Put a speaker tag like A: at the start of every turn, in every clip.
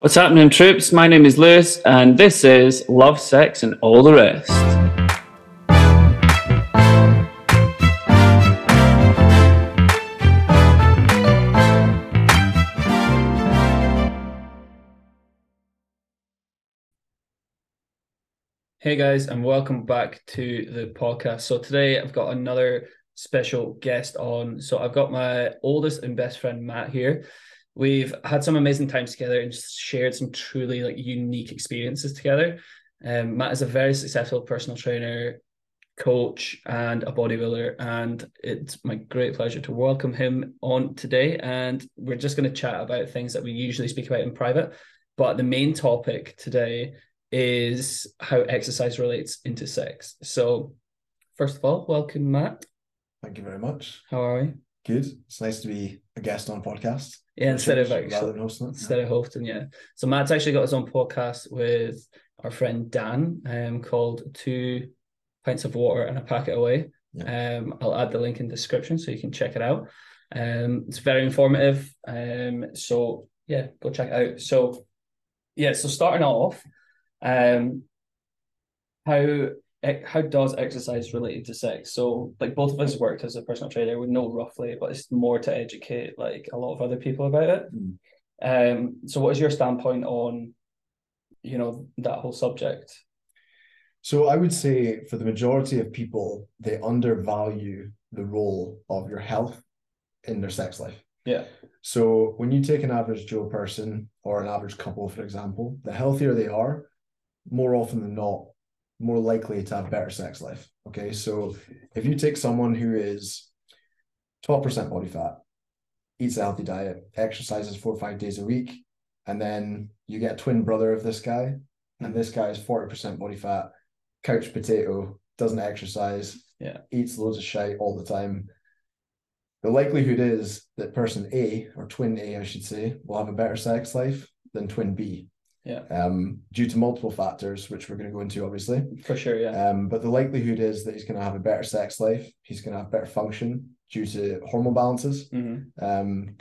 A: What's happening, troops? My name is Lewis, and this is Love, Sex, and All the Rest. Hey guys, and welcome back to the podcast. So, today I've got another special guest on. So, I've got my oldest and best friend, Matt, here. We've had some amazing times together and shared some truly like unique experiences together. Um, Matt is a very successful personal trainer, coach, and a bodybuilder, and it's my great pleasure to welcome him on today. And we're just going to chat about things that we usually speak about in private, but the main topic today is how exercise relates into sex. So, first of all, welcome, Matt.
B: Thank you very much.
A: How are we?
B: Good. It's nice to be a guest on a podcast.
A: Yeah, instead of
B: Rather
A: like.
B: than hosting it.
A: instead of hosting, yeah. So Matt's actually got his own podcast with our friend Dan, um, called Two Pints of Water and a Packet Away. Um, I'll add the link in the description so you can check it out. Um, it's very informative. Um, so yeah, go check it out. So yeah, so starting off, um, how eh, how does exercise relate to sex? So like both of us worked as a personal trainer, we know roughly, but it's more to educate like a lot of other people about it.
B: Mm.
A: Um, so what is your standpoint on, you know, that whole subject?
B: So I would say for the majority of people, they undervalue the role of your health in their sex life.
A: Yeah.
B: So when you take an average Joe person or an average couple, for example, the healthier they are, more often than not, more likely to have better sex life. Okay. So if you take someone who is 12% body fat, eats a healthy diet, exercises four or five days a week, and then you get a twin brother of this guy, and this guy is 40% body fat, couch potato, doesn't exercise,
A: Yeah.
B: eats loads of shite all the time. The likelihood is that person A or twin A, I should say, will have a better sex life than twin B.
A: Yeah.
B: Um, due to multiple factors, which we're going to go into obviously.
A: For sure, yeah.
B: Um, but the likelihood is that he's going to have a better sex life. He's going to have better function due to hormone balances.
A: Mhm.
B: Um,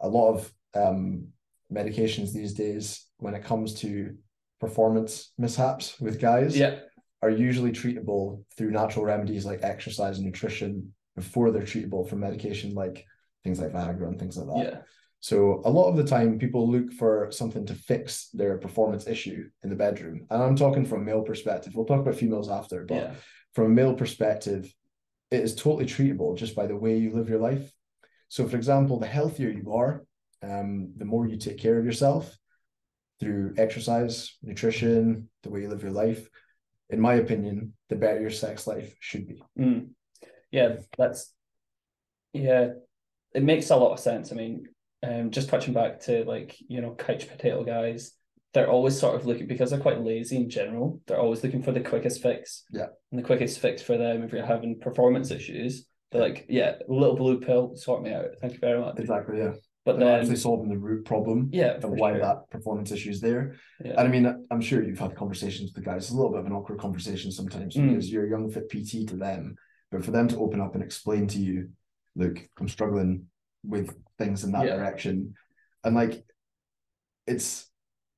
B: a lot of um, medications these days, when it comes to performance mishaps with guys,
A: Yeah,
B: are usually treatable through natural remedies like exercise and nutrition before they're treatable from medication like things like Viagra and things like that.
A: yeah,
B: So a lot of the time people look for something to fix their performance issue in the bedroom. And I'm talking from a male perspective. We'll talk about females after, but
A: yeah,
B: from a male perspective, it is totally treatable just by the way you live your life. So, for example, the healthier you are, um, the more you take care of yourself through exercise, nutrition, the way you live your life. In my opinion, the better your sex life should be.
A: Mm. yeah. That's yeah. It makes a lot of sense. I mean, um, just touching back to like you know couch potato guys, they're always sort of looking because they're quite lazy in general. They're always looking for the quickest fix.
B: Yeah.
A: and the quickest fix for them if you're having performance issues, they're like, yeah, little blue pill, sort me out. Thank you very much.
B: Exactly. Yeah.
A: But
B: But they're
A: then,
B: actually solving the root problem
A: yeah, for
B: and why
A: sure.
B: that performance issue is there.
A: Yeah.
B: And I mean, I'm sure you've had conversations with the guys. It's a little bit of an awkward conversation sometimes
A: Mm.
B: because you're a young fit PT to them, but for them to open up and explain to you, look, I'm struggling with things in that
A: Yeah.
B: direction, and like, it's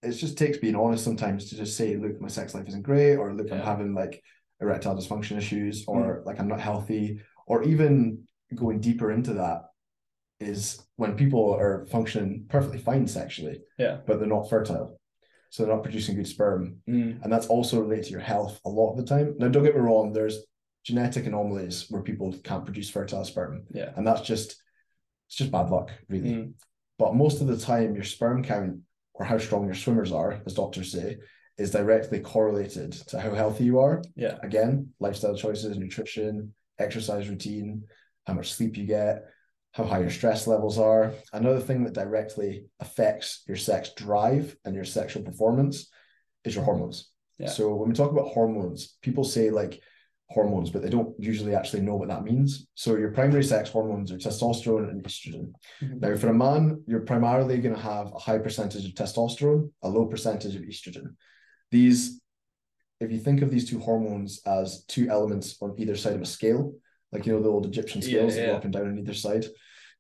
B: it just takes being honest sometimes to just say, look, my sex life isn't great, or look, I'm
A: Yeah. Mm.
B: having like erectile dysfunction issues, or like I'm not healthy, or even going deeper into that is when people are functioning perfectly fine sexually,
A: Yeah.
B: but they're not fertile. So they're not producing good sperm.
A: Mm.
B: And that's also related to your health a lot of the time. Now, don't get me wrong, there's genetic anomalies where people can't produce fertile sperm.
A: Yeah.
B: And that's just it's just bad luck, really.
A: Mm.
B: But most of the time your sperm count or how strong your swimmers are, as doctors say, is directly correlated to how healthy you are.
A: Yeah.
B: Again, lifestyle choices, nutrition, exercise routine, how much sleep you get, how high your stress levels are. Another thing that directly affects your sex drive and your sexual performance is your hormones.
A: Yeah.
B: So when we talk about hormones, people say like hormones, but they don't usually actually know what that means. So your primary sex hormones are testosterone and estrogen.
A: Mhm.
B: Now, for a man, you're primarily going to have a high percentage of testosterone, a low percentage of estrogen. These, if you think of these two hormones as two elements on either side of a scale, like you know the old Egyptian
A: Yeah,
B: scales that
A: yeah.
B: go up and down on either side,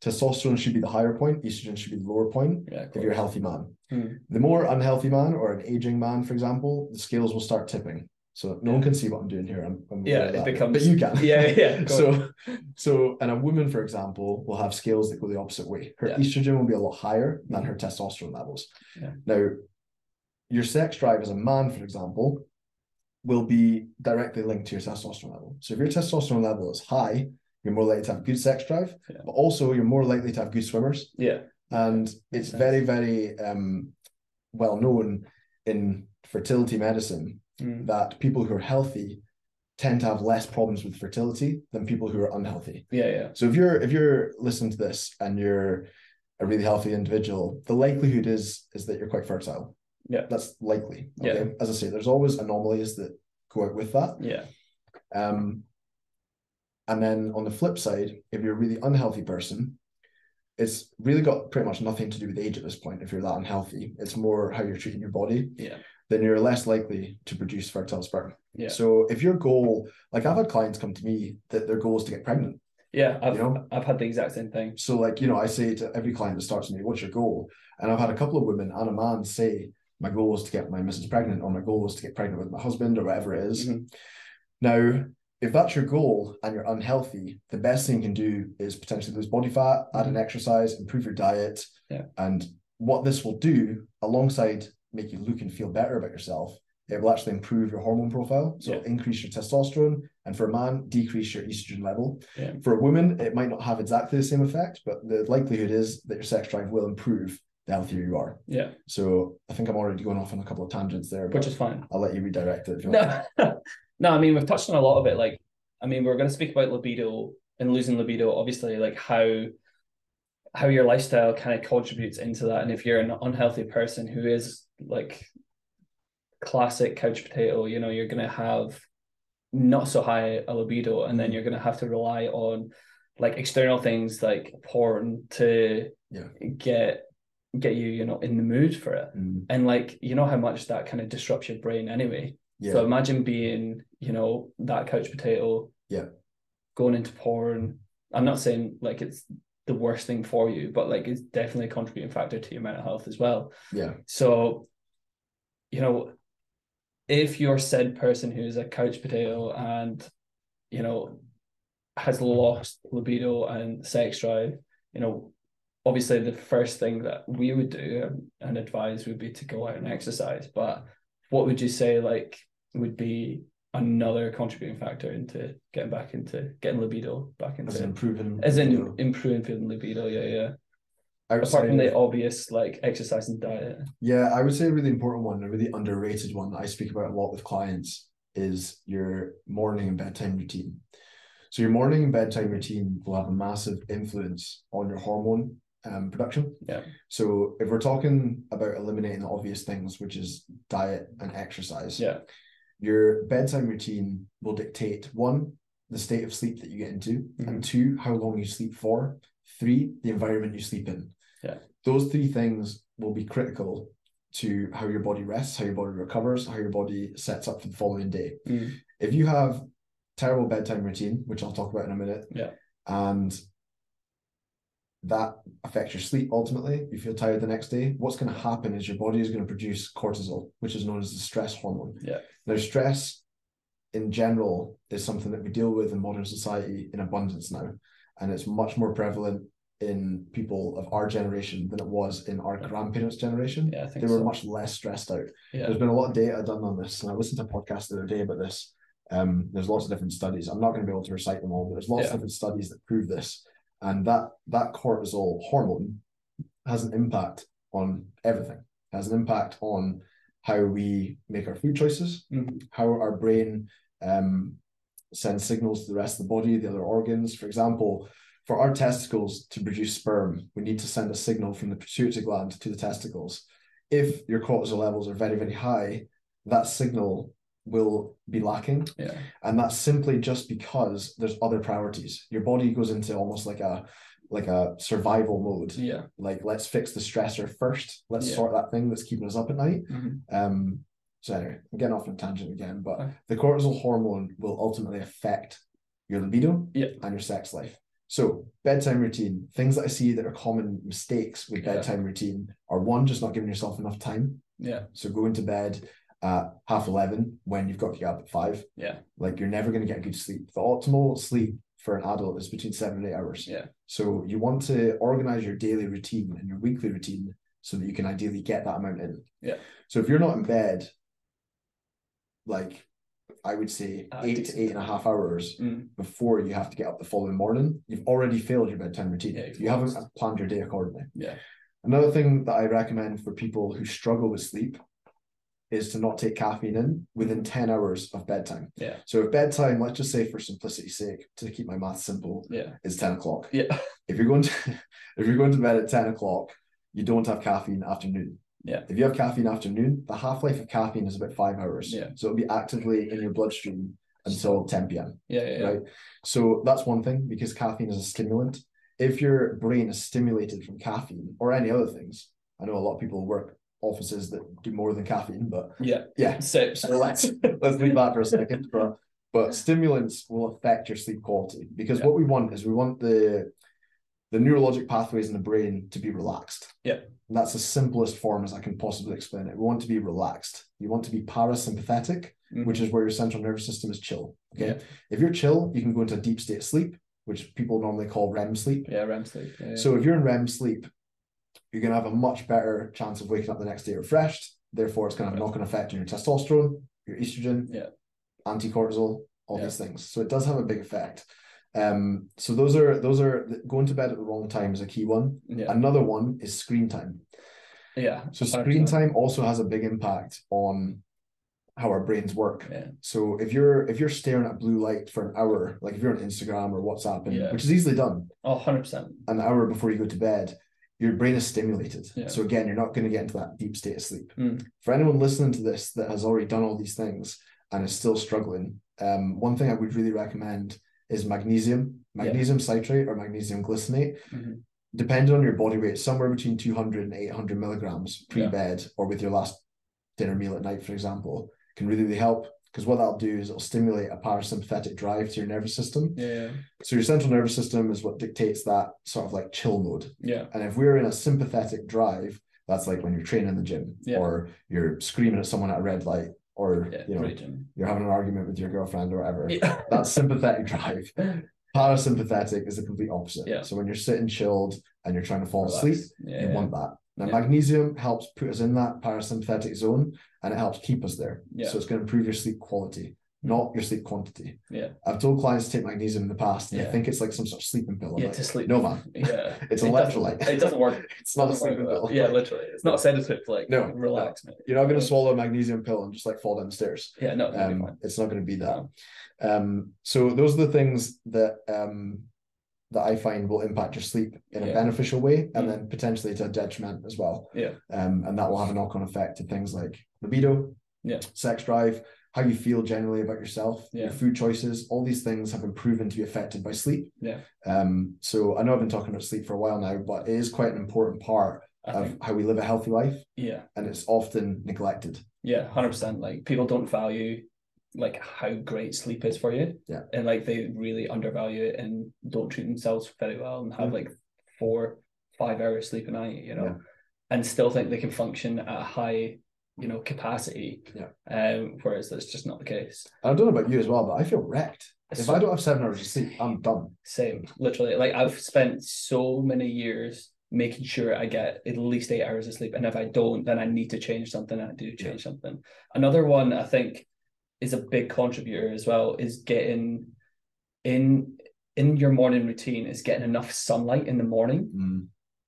B: Testosterone should be the higher point, estrogen should be the lower point
A: Yeah, of
B: if you're a
A: course.
B: healthy man.
A: Hmm.
B: The more unhealthy man or an aging man, for example, the scales will start tipping. So no one can see what I'm doing here. I'm, I'm
A: Yeah,
B: aware of
A: it
B: that.
A: becomes-
B: but you can.
A: Yeah, yeah. of course.
B: so so and a woman, for example, will have scales that go the opposite way. Her
A: Yeah.
B: estrogen will be a lot higher than her testosterone levels.
A: Yeah.
B: Now, your sex drive as a man, for example, will be directly linked to your testosterone level. So if your testosterone level is high, you're more likely to have good sex drive,
A: Yeah.
B: but also you're more likely to have good swimmers
A: yeah,
B: and it's
A: sense.
B: very very um, well known in fertility medicine
A: Mm.
B: that people who are healthy tend to have less problems with fertility than people who are unhealthy
A: yeah, yeah.
B: so if you're if you're listening to this and you're a really healthy individual the likelihood is is that you're quite fertile
A: Yeah.
B: that's likely
A: Yeah.
B: okay as i say there's always anomalies that go out with that
A: Yeah,
B: um, and then on the flip side, if you're a really unhealthy person, it's really got pretty much nothing to do with age at this point. If you're that unhealthy, it's more how you're treating your body.
A: Yeah.
B: Then you're less likely to produce fertile sperm.
A: Yeah.
B: So if your goal, like I've had clients come to me that their goal is to get pregnant.
A: yeah. I've
B: You know?
A: I've had the exact same thing.
B: So like you know, I say to every client that starts with me, "What's your goal?" And I've had a couple of women and a man say, "My goal is to get my missus pregnant," or "My goal is to get pregnant with my husband," or whatever it is.
A: Mhm.
B: Now, if that's your goal and you're unhealthy, the best thing you can do is potentially lose body fat, add an exercise, improve your diet.
A: Yeah.
B: And what this will do, alongside make you look and feel better about yourself, it will actually improve your hormone profile. So it'll increase your testosterone. And for a man, decrease your estrogen level.
A: Yeah.
B: For a woman, it might not have exactly the same effect, but the likelihood is that your sex drive will improve the healthier you are.
A: Yeah,
B: So I think I'm already going off on a couple of tangents there, but
A: which is fine.
B: I'll let you redirect it if you want.
A: No, no. I mean, we've touched on a lot of it. Like, I mean, we're going to speak about libido and losing libido. Obviously, like how how your lifestyle kind of contributes into that. And if you're an unhealthy person who is like classic couch potato, you know, you're going to have not so high a libido, and then you're going to have to rely on like external things like porn to
B: Yeah.
A: get get you, you know, in the mood for it.
B: Mm,
A: And like, you know how much that kind of disrupts your brain anyway.
B: yeah.
A: So imagine being, you know, that couch potato.
B: Yeah.
A: Going into porn. I'm not saying like it's the worst thing for you, but like it's definitely a contributing factor to your mental health as well.
B: yeah.
A: So, you know, if you're said person who is a couch potato and, you know, has lost libido and sex drive, you know, obviously the first thing that we would do and- and advise would be to go out and exercise. But what would you say like would be another contributing factor into getting back into getting libido back
B: As
A: into
B: in improving.
A: as in
B: you know,
A: improving feeling libido, yeah, yeah. Apart
B: outside
A: from the
B: of-
A: obvious like exercise and diet.
B: yeah, I would say a really important one, a really underrated one that I speak about a lot with clients is your morning and bedtime routine. So your morning and bedtime routine will have a massive influence on your hormone um, production.
A: Yeah.
B: So if we're talking about eliminating the obvious things, which is diet and exercise,
A: Yeah.
B: your bedtime routine will dictate one, the state of sleep that you get into,
A: Mm-hmm.
B: and two, how long you sleep for, three, the environment you sleep in.
A: Yeah.
B: Those three things will be critical to how your body rests, how your body recovers, how your body sets up for the following day.
A: Mm.
B: If you have terrible bedtime routine, which I'll talk about in a minute,
A: Yeah.
B: and that affects your sleep ultimately. You feel tired the next day. What's going to happen is your body is going to produce cortisol, which is known as the stress hormone.
A: Yeah.
B: Now, stress in general is something that we deal with in modern society in abundance now. And it's much more prevalent in people of our generation than it was in our grandparents' generation.
A: Yeah, I think
B: They were
A: so.
B: much less stressed out.
A: Yeah.
B: There's been a lot of data done on this, and I listened to a podcast the other day about this. Um, there's lots of different studies. I'm not going to be able to recite them all, but there's lots
A: Yeah.
B: of different studies that prove this. And that that cortisol hormone has an impact on everything. It has an impact on how we make our food choices,
A: Mhm.
B: how our brain um, sends signals to the rest of the body, the other organs. For example, for our testicles to produce sperm, we need to send a signal from the pituitary gland to the testicles. If your cortisol levels are very, very high, that signal will be lacking.
A: Yeah.
B: And that's simply just because there's other priorities. Your body goes into almost like a like a survival mode.
A: Yeah.
B: Like let's fix the stressor first. Let's
A: Yeah.
B: sort that thing that's keeping us up at night.
A: Mhm.
B: Um, so anyway, I'm getting off on a tangent again, but
A: Okay.
B: the cortisol hormone will ultimately affect your libido
A: Yeah.
B: and your sex life. So bedtime routine, things that I see that are common mistakes with
A: Yeah.
B: bedtime routine are one, just not giving yourself enough time.
A: Yeah.
B: So going to bed at half eleven when you've got to get up at five.
A: Yeah.
B: Like you're never going to get good sleep. The optimal sleep for an adult is between seven and eight hours.
A: Yeah.
B: So you want to organize your daily routine and your weekly routine so that you can ideally get that amount in.
A: Yeah.
B: So if you're not in bed, like I would say
A: Uh,
B: eight
A: decent
B: to eight and a half hours
A: Mm.
B: before you have to get up the following morning, you've already failed your bedtime routine.
A: Yeah, you've
B: you haven't
A: lost.
B: planned your day accordingly.
A: Yeah.
B: Another thing that I recommend for people who struggle with sleep is to not take caffeine in within 10 hours of bedtime.
A: Yeah.
B: So if bedtime, let's just say for simplicity's sake, to keep my math simple,
A: Yeah.
B: is 10 o'clock.
A: Yeah.
B: If you're going to if you're going to bed at 10 o'clock, you don't have caffeine after noon.
A: Yeah.
B: If you have caffeine after noon, the half-life of caffeine is about five hours.
A: Yeah.
B: So it'll be actively in your bloodstream until 10 p.m.
A: Yeah. Yeah.
B: Right. So that's one thing because caffeine is a stimulant. If your brain is stimulated from caffeine or any other things, I know a lot of people work offices that do more than caffeine, but
A: yeah.
B: yeah,
A: Sips.
B: so let's let's leave that for a second. But but stimulants will affect your sleep quality because
A: Yeah.
B: what we want is we want the the neurologic pathways in the brain to be relaxed.
A: Yeah.
B: And that's the simplest form as I can possibly explain it. We want to be relaxed. You want to be parasympathetic,
A: Mhm.
B: which is where your central nervous system is chill. Okay.
A: Yeah.
B: If you're chill, you can go into a deep state of sleep, which people normally call REM sleep.
A: Yeah. REM sleep. Yeah.
B: So if you're in REM sleep, you're going to have a much better chance of waking up the next day refreshed. Therefore, it's going to have a knock on effect on your testosterone, your estrogen,
A: Yeah.
B: anti-cortisol, all
A: Yeah.
B: these things. So it does have a big effect. Um, so those are those are going to bed at the wrong time is a key one.
A: yeah.
B: Another one is screen time.
A: Yeah.
B: So
A: Sorry,
B: screen
A: sorry.
B: time also has a big impact on how our brains work.
A: Yeah.
B: So if you're if you're staring at blue light for an hour, like if you're on Instagram or WhatsApp, and,
A: Yeah.
B: which is easily done,
A: Oh, 100%.
B: an hour before you go to bed, your brain is stimulated.
A: Yeah.
B: So again, you're not going to get into that deep state of sleep.
A: Mm.
B: For anyone listening to this that has already done all these things and is still struggling, um, one thing I would really recommend is magnesium,
A: Yeah.
B: magnesium citrate or magnesium glycinate.
A: Mhm.
B: Depending on your body weight, somewhere between 200 and 800 milligrams pre-bed or with your last dinner meal at night, for example, can really, really help. Because what that'll do is it'll stimulate a parasympathetic drive to your nervous system.
A: Yeah.
B: So your central nervous system is what dictates that sort of like chill mode.
A: Yeah.
B: And if we're in a sympathetic drive, that's like when you're training in the gym
A: Yeah.
B: or you're screaming at someone at a red light or
A: Yeah.
B: you know um,
A: Raging.
B: you're having an argument with your girlfriend or whatever.
A: Yeah.
B: That's sympathetic drive. Parasympathetic is the complete opposite.
A: Yeah.
B: So when you're sitting chilled and you're trying to fall
A: Relax.
B: asleep,
A: Yeah.
B: you want that. Now
A: Yeah.
B: magnesium helps put us in that parasympathetic zone and it helps keep us there.
A: Yeah. Hmm.
B: So it's going to improve your sleep quality, not your sleep quantity.
A: Yeah.
B: I've told clients to take magnesium in the past, and
A: Yeah.
B: they think it's like some sort of sleeping pill. I'm
A: yeah.
B: like,
A: To sleep.
B: no, man,
A: Yeah.
B: it's
A: It doesn't-
B: an electrolyte.
A: It doesn't work.
B: it's not a
A: Doesn't work
B: sleeping
A: about-
B: pill.
A: Yeah,
B: Like,
A: literally. It's not a sedative. Like,
B: No,
A: relax, mate.
B: you're not going
A: Yeah.
B: to swallow a magnesium pill and just like fall downstairs.
A: Yeah, no, that'd be
B: Um,
A: fine.
B: it's not going to be that. Um, so those are the things that um, that I find will impact your sleep in
A: Yeah.
B: a beneficial way,
A: Mm.
B: and then potentially to a detriment as well.
A: Yeah.
B: Um, and that will have a knock on effect to things like libido,
A: Yeah.
B: sex drive, how you feel generally about yourself,
A: Yeah.
B: your food choices. All these things have been proven to be affected by sleep.
A: Yeah.
B: Um, so I know I've been talking about sleep for a while now, but it is quite an important part
A: I
B: of
A: think,
B: how we live a healthy life,
A: yeah,
B: and it's often neglected.
A: yeah, hundred percent. Like people don't value like how great sleep is for you.
B: Yeah.
A: And like they really undervalue it and don't treat themselves very well and have
B: Mhm.
A: like four, five hours sleep a night, you know, and still think they can function at a high, you know, capacity.
B: Yeah.
A: Um, whereas that's just not the case.
B: And I don't know about you as well, but I feel wrecked. If
A: So-
B: I don't have seven hours of sleep, I'm done.
A: Same, literally. Like I've spent so many years making sure I get at least eight hours of sleep, and if I don't, then I need to change something. And I do change something. Another one I think is a big contributor as well is getting in in your morning routine is getting enough sunlight in the morning
B: Mm.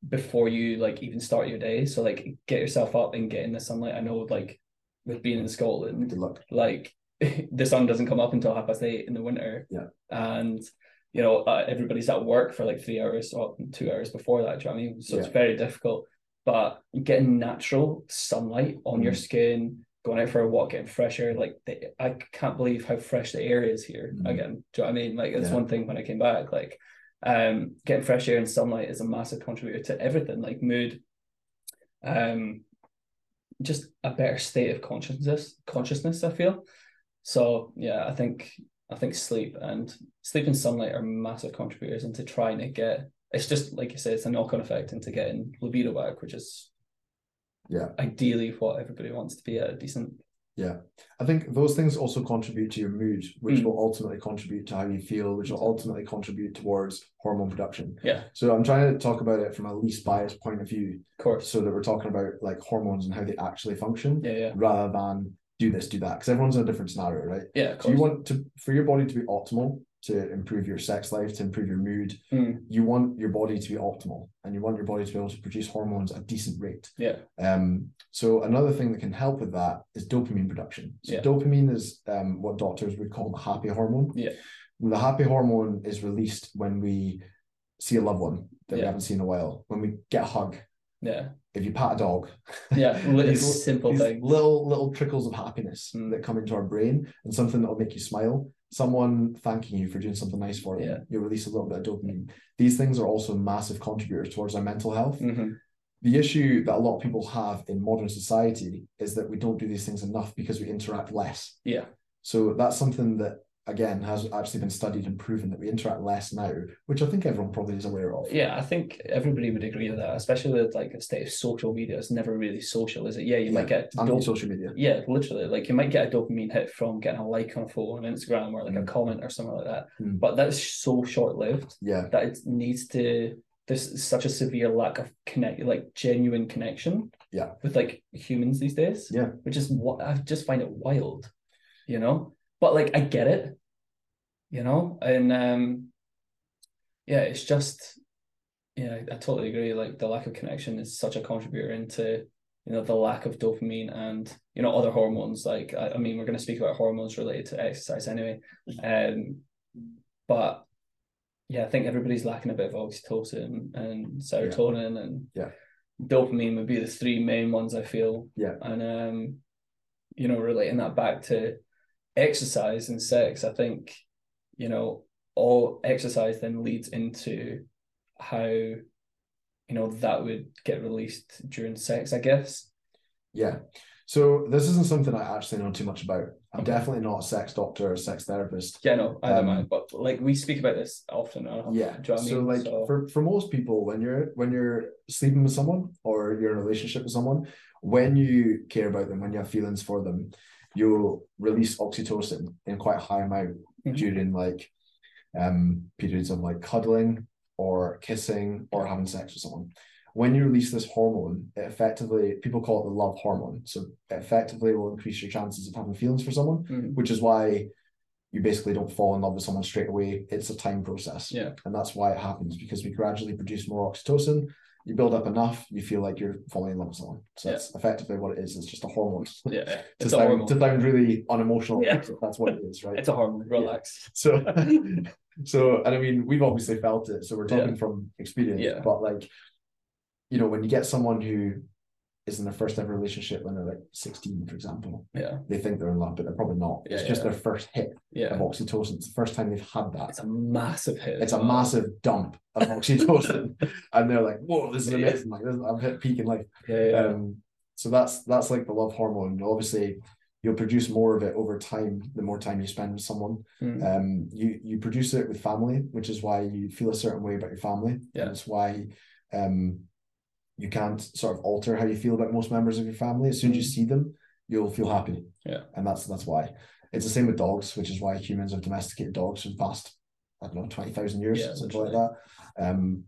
A: before you like even start your day. So like get yourself up and get in the sunlight. I know like with being in Scotland,
B: Good luck.
A: like the sun doesn't come up until half past eight in the winter.
B: Yeah.
A: And you know uh, everybody's at work for like three hours or two hours before that. Do you know what I mean? So it's
B: Yeah.
A: very difficult. But getting natural sunlight on your
B: Mhm.
A: skin, going out for a walk, getting fresh air, like the, I can't believe how fresh the air is here
B: Mhm.
A: again. Do you know what I mean? Like it's
B: Yeah.
A: one thing when I came back, like um getting fresh air and sunlight is a massive contributor to everything, like mood, um, just a better state of consciousness consciousness i feel so yeah i think I think sleep and sleep and sunlight are massive contributors into trying to get. It's just like you said, it's a knock on effect into getting libido back, which is
B: Yeah.
A: ideally what everybody wants to be at a decent.
B: Yeah. I think those things also contribute to your mood, which
A: Mm.
B: will ultimately contribute to how you feel, which will ultimately contribute towards hormone production.
A: Yeah,
B: So I'm trying to talk about it from a least biased point of view,
A: of course.
B: so that we're talking about like hormones and how they actually function
A: Yeah, yeah,
B: rather than do this, do that. Because everyone's in a different scenario, right?
A: yeah. Of
B: So
A: course.
B: you want to for your body to be optimal, to improve your sex life, to improve your mood,
A: Mm.
B: you want your body to be optimal and you want your body to be able to produce hormones at a decent rate.
A: yeah,
B: Um, so another thing that can help with that is dopamine production. So
A: Yeah.
B: dopamine is um, what doctors would call the happy hormone.
A: Yeah.
B: The happy hormone is released when we see a loved one that we
A: Yeah.
B: haven't seen in a while, when we get a hug,
A: yeah,
B: if you pat a dog.
A: yeah. Little
B: These-
A: simple
B: these
A: thing.
B: little little trickles of happiness
A: Mm.
B: that come into our brain and something that will make you smile someone thanking you for doing something nice for them
A: Yeah.
B: you release a little bit of dopamine these things are also massive contributors towards our mental health
A: Mhm.
B: the issue that a lot of people have in modern society is that we don't do these things enough because we interact less
A: Yeah,
B: so that's something that again has actually been studied and proven that we interact less now which i think everyone probably is aware of
A: yeah. I think everybody would agree with that, especially with like the state of social media. It's never really social, is it? Yeah, you might get
B: and on
A: dopamine.
B: social media
A: Yeah, literally. Like you might get a dopamine hit from getting a like on a photo on Instagram or like a
B: Mm.
A: comment or something like that.
B: Mm.
A: But that's so short lived
B: yeah
A: that it needs to there's such a severe lack of connect like genuine connection.
B: Yeah.
A: With like humans these days.
B: Yeah.
A: Which is what I just find it wild, you know? But like I get it. You know? And um yeah, it's just yeah, I totally agree. Like the lack of connection is such a contributor into you know the lack of dopamine and you know other hormones. Like I, I mean, we're going to speak about hormones related to exercise anyway.
B: Mm-hmm.
A: Um, but yeah, I think everybody's lacking a bit of oxytocin and serotonin and
B: Yeah.
A: dopamine would be the three main ones I feel.
B: Yeah.
A: and um, you know, relating that back to exercise and sex, I think you know all exercise then leads into how you know that would get released during sex i guess
B: Yeah. So this isn't something I actually know too much about. I'm
A: Okay.
B: definitely not a sex doctor or sex therapist.
A: yeah no i don't
B: Um,
A: mind but like we speak about this often uh,
B: Yeah.
A: do you know what I
B: so
A: mean?
B: like
A: So-
B: for, for most people, when you're when you're sleeping with someone or you're in a relationship with someone, when you care about them, when you have feelings for them, you'll release oxytocin in quite a high amount
A: Mhm.
B: during like um periods of like cuddling or kissing or having sex with someone. When you release this hormone, it effectively people call it the love hormone. So it effectively will increase your chances of having feelings for someone.
A: Mm,
B: which is why you basically don't fall in love with someone straight away. It's a time process.
A: Yeah.
B: And that's why it happens because we gradually produce more oxytocin. You build up enough, you feel like you're falling in love with someone. So
A: Yeah.
B: that's effectively what it is. It's just a hormone.
A: yeah
B: to,
A: it's a
B: sound, to
A: hormone
B: sound really unemotional,
A: Yeah.
B: but that's what it is, right?
A: it's a hormone relax
B: so, so, and I mean, we've obviously felt it. So we're talking from experience,
A: Yeah.
B: but like, you know, when you get someone who is in their first ever relationship when they're like 16, for example,
A: yeah
B: they think they're in love, but they're probably not.
A: Yeah,
B: it's just
A: yeah.
B: their first hit
A: yeah
B: of oxytocin. It's the first time they've had that.
A: it's a massive hit
B: It's
A: as
B: a
A: well.
B: massive dump of oxytocin, and they're like, "Whoa, this is
A: Yeah.
B: amazing! Like, this, I've hit peak in life."
A: yeah, yeah.
B: Um, so that's that's like the love hormone. Obviously, you'll produce more of it over time. The more time you spend with someone,
A: Mm,
B: um, you you produce it with family, which is why you feel a certain way about your family.
A: Yeah.
B: and it's why, um, you can't sort of alter how you feel about most members of your family. As soon as you see them, you'll feel happy.
A: Mm. Yeah.
B: and that's that's why. It's the same with dogs, which is why humans have domesticated dogs for the past I don't know twenty thousand years,
A: Yeah,
B: something like that. Um,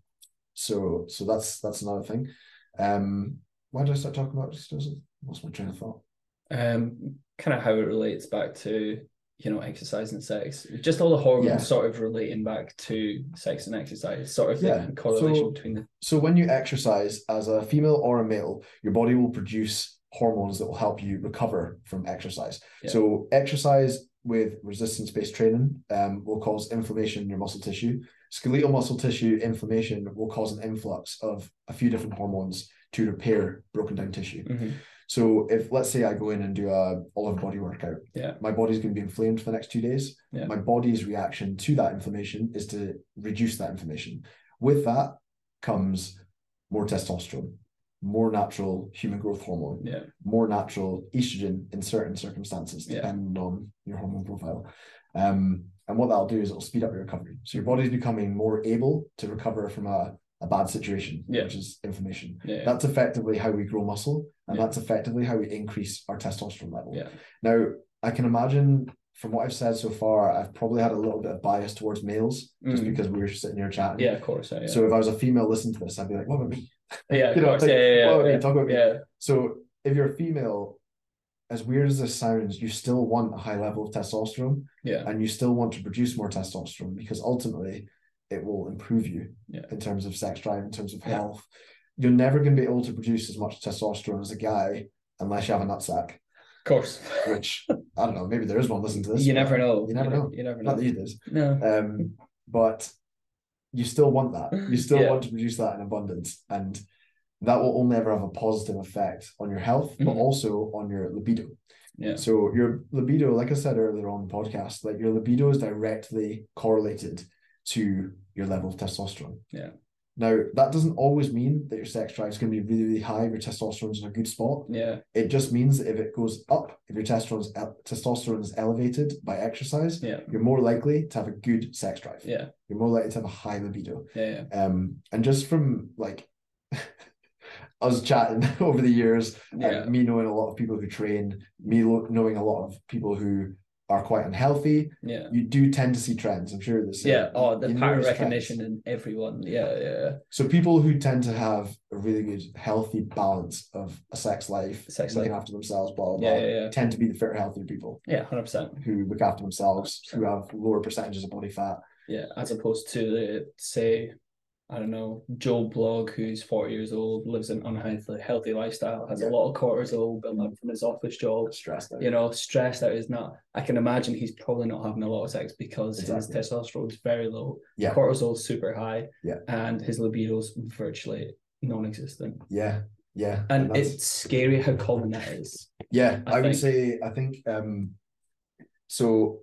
B: so so that's that's another thing. Um, why did I start talking about oxytocin? What's my train of thought?
A: um kind of how it relates back to you know exercise and sex just all the hormones
B: Yeah.
A: sort of relating back to sex and exercise sort of
B: Yeah,
A: the correlation
B: so-
A: between the
B: So when you exercise as a female or a male, your body will produce hormones that will help you recover from exercise.
A: Yeah.
B: So exercise with resistance-based training um, will cause inflammation in your muscle tissue. Skeletal muscle tissue inflammation will cause an influx of a few different hormones to repair broken down tissue.
A: Mhm.
B: So if let's say I go in and do a all over body workout,
A: Yeah.
B: my body's going to be inflamed for the next two days.
A: Yeah.
B: My body's reaction to that inflammation is to reduce that inflammation. With that comes more testosterone, more natural human growth hormone,
A: yeah
B: more natural estrogen in certain circumstances,
A: Yeah.
B: depending on your hormone profile. Um, And what that'll do is it'll speed up your recovery. So your body's becoming more able to recover from a, a bad situation,
A: Yeah.
B: which is inflammation.
A: Yeah.
B: That's effectively how we grow muscle, and
A: Yeah.
B: that's effectively how we increase our testosterone level.
A: Yeah.
B: Now, I can imagine from what I've said so far, I've probably had a little bit of bias towards males just
A: Mm.
B: because we were sitting here chatting.
A: yeah, of course. Yeah, yeah.
B: So if I was a female listening to this, I'd be like, what about me?
A: yeah, of
B: you know,
A: course.
B: like,
A: yeah, yeah,
B: what about
A: yeah,
B: me?
A: yeah.
B: Talk about me.
A: yeah.
B: So if you're a female, as weird as this sounds, you still want a high level of testosterone
A: yeah.
B: and you still want to produce more testosterone because ultimately it will improve you
A: Yeah.
B: in terms of sex drive, in terms of
A: Yeah.
B: health. You're never going to be able to produce as much testosterone as a guy unless you have a nutsack,
A: Of course.
B: which I don't know, maybe there is one listening to this.
A: You
B: but
A: never know.
B: You never
A: ne-
B: know.
A: You never
B: Not
A: know.
B: that you did.
A: No.
B: Um, but you still want that. You still
A: Yeah.
B: want to produce that in abundance. And that will only ever have a positive effect on your health, but
A: Mhm.
B: also on your libido.
A: Yeah.
B: So your libido, like I said earlier on the podcast, like your libido is directly correlated to your level of testosterone.
A: Yeah.
B: Now that doesn't always mean that your sex drive is going to be really, really high. Your testosterone's in a good spot.
A: Yeah.
B: It just means that if it goes up, if your testosterone's el- testosterone is elevated by exercise,
A: Yeah.
B: you're more likely to have a good sex drive.
A: Yeah.
B: You're more likely to have a high libido.
A: Yeah. Yeah.
B: Um, and just from like us chatting over the years, and
A: Yeah.
B: me knowing a lot of people who train, me lo- knowing a lot of people who are quite unhealthy,
A: Yeah.
B: you do tend to see trends. I'm sure this.
A: Yeah. Oh, the
B: you
A: pattern
B: notice trends.
A: recognition in everyone. Yeah. Yeah.
B: So people who tend to have a really good, healthy balance of a sex life,
A: Sex
B: looking
A: life.
B: after themselves, blah blah
A: Yeah.
B: blah,
A: Yeah. Yeah.
B: tend to be the fitter, healthier people
A: Yeah. Hundred percent.
B: who look after themselves, who have lower percentages of body fat.
A: Yeah. As opposed to the say. I don't know, Joe Blogg, who's 40 years old, lives an unhealthy healthy lifestyle, has a
B: Yeah.
A: lot of cortisol built up from his office job,
B: Stressed out.
A: you know, stressed out is not. I can imagine he's probably not having a lot of sex because
B: Exactly.
A: his testosterone's very low,
B: Yeah.
A: cortisol's super high,
B: Yeah.
A: and his libido's virtually non-existent.
B: Yeah, yeah,
A: And
B: that's-
A: it's scary how common that is.
B: yeah. I,
A: I think-
B: would say I think um, so.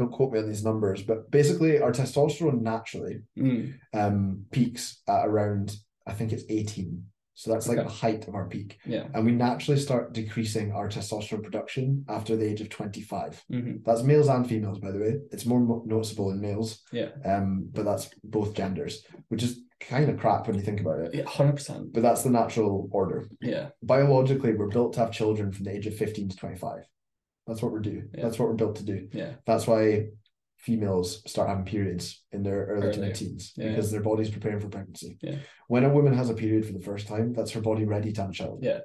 B: Don't quote me on these numbers, but basically, our testosterone naturally
A: Mm,
B: um peaks at around I think it's eighteen. So that's like
A: Okay.
B: the height of our peak,
A: yeah.
B: and we naturally start decreasing our testosterone production after the age of twenty-five.
A: hmm
B: That's males and females, by the way. It's more mo- noticeable in males.
A: Yeah.
B: Um, but that's both genders, which is kind of crap when you think about it.
A: Yeah, 100%.
B: But that's the natural order.
A: Yeah.
B: biologically we're built to have children from the age of 15 to 25 that's what we're due
A: Yeah.
B: that's what we're built to do
A: Yeah.
B: that's why females start having periods in their early to
A: Early.
B: mid-teens
A: Yeah.
B: because their body's preparing for pregnancy
A: Yeah.
B: when a woman has a period for the first time that's her body ready to have a child
A: Yeah.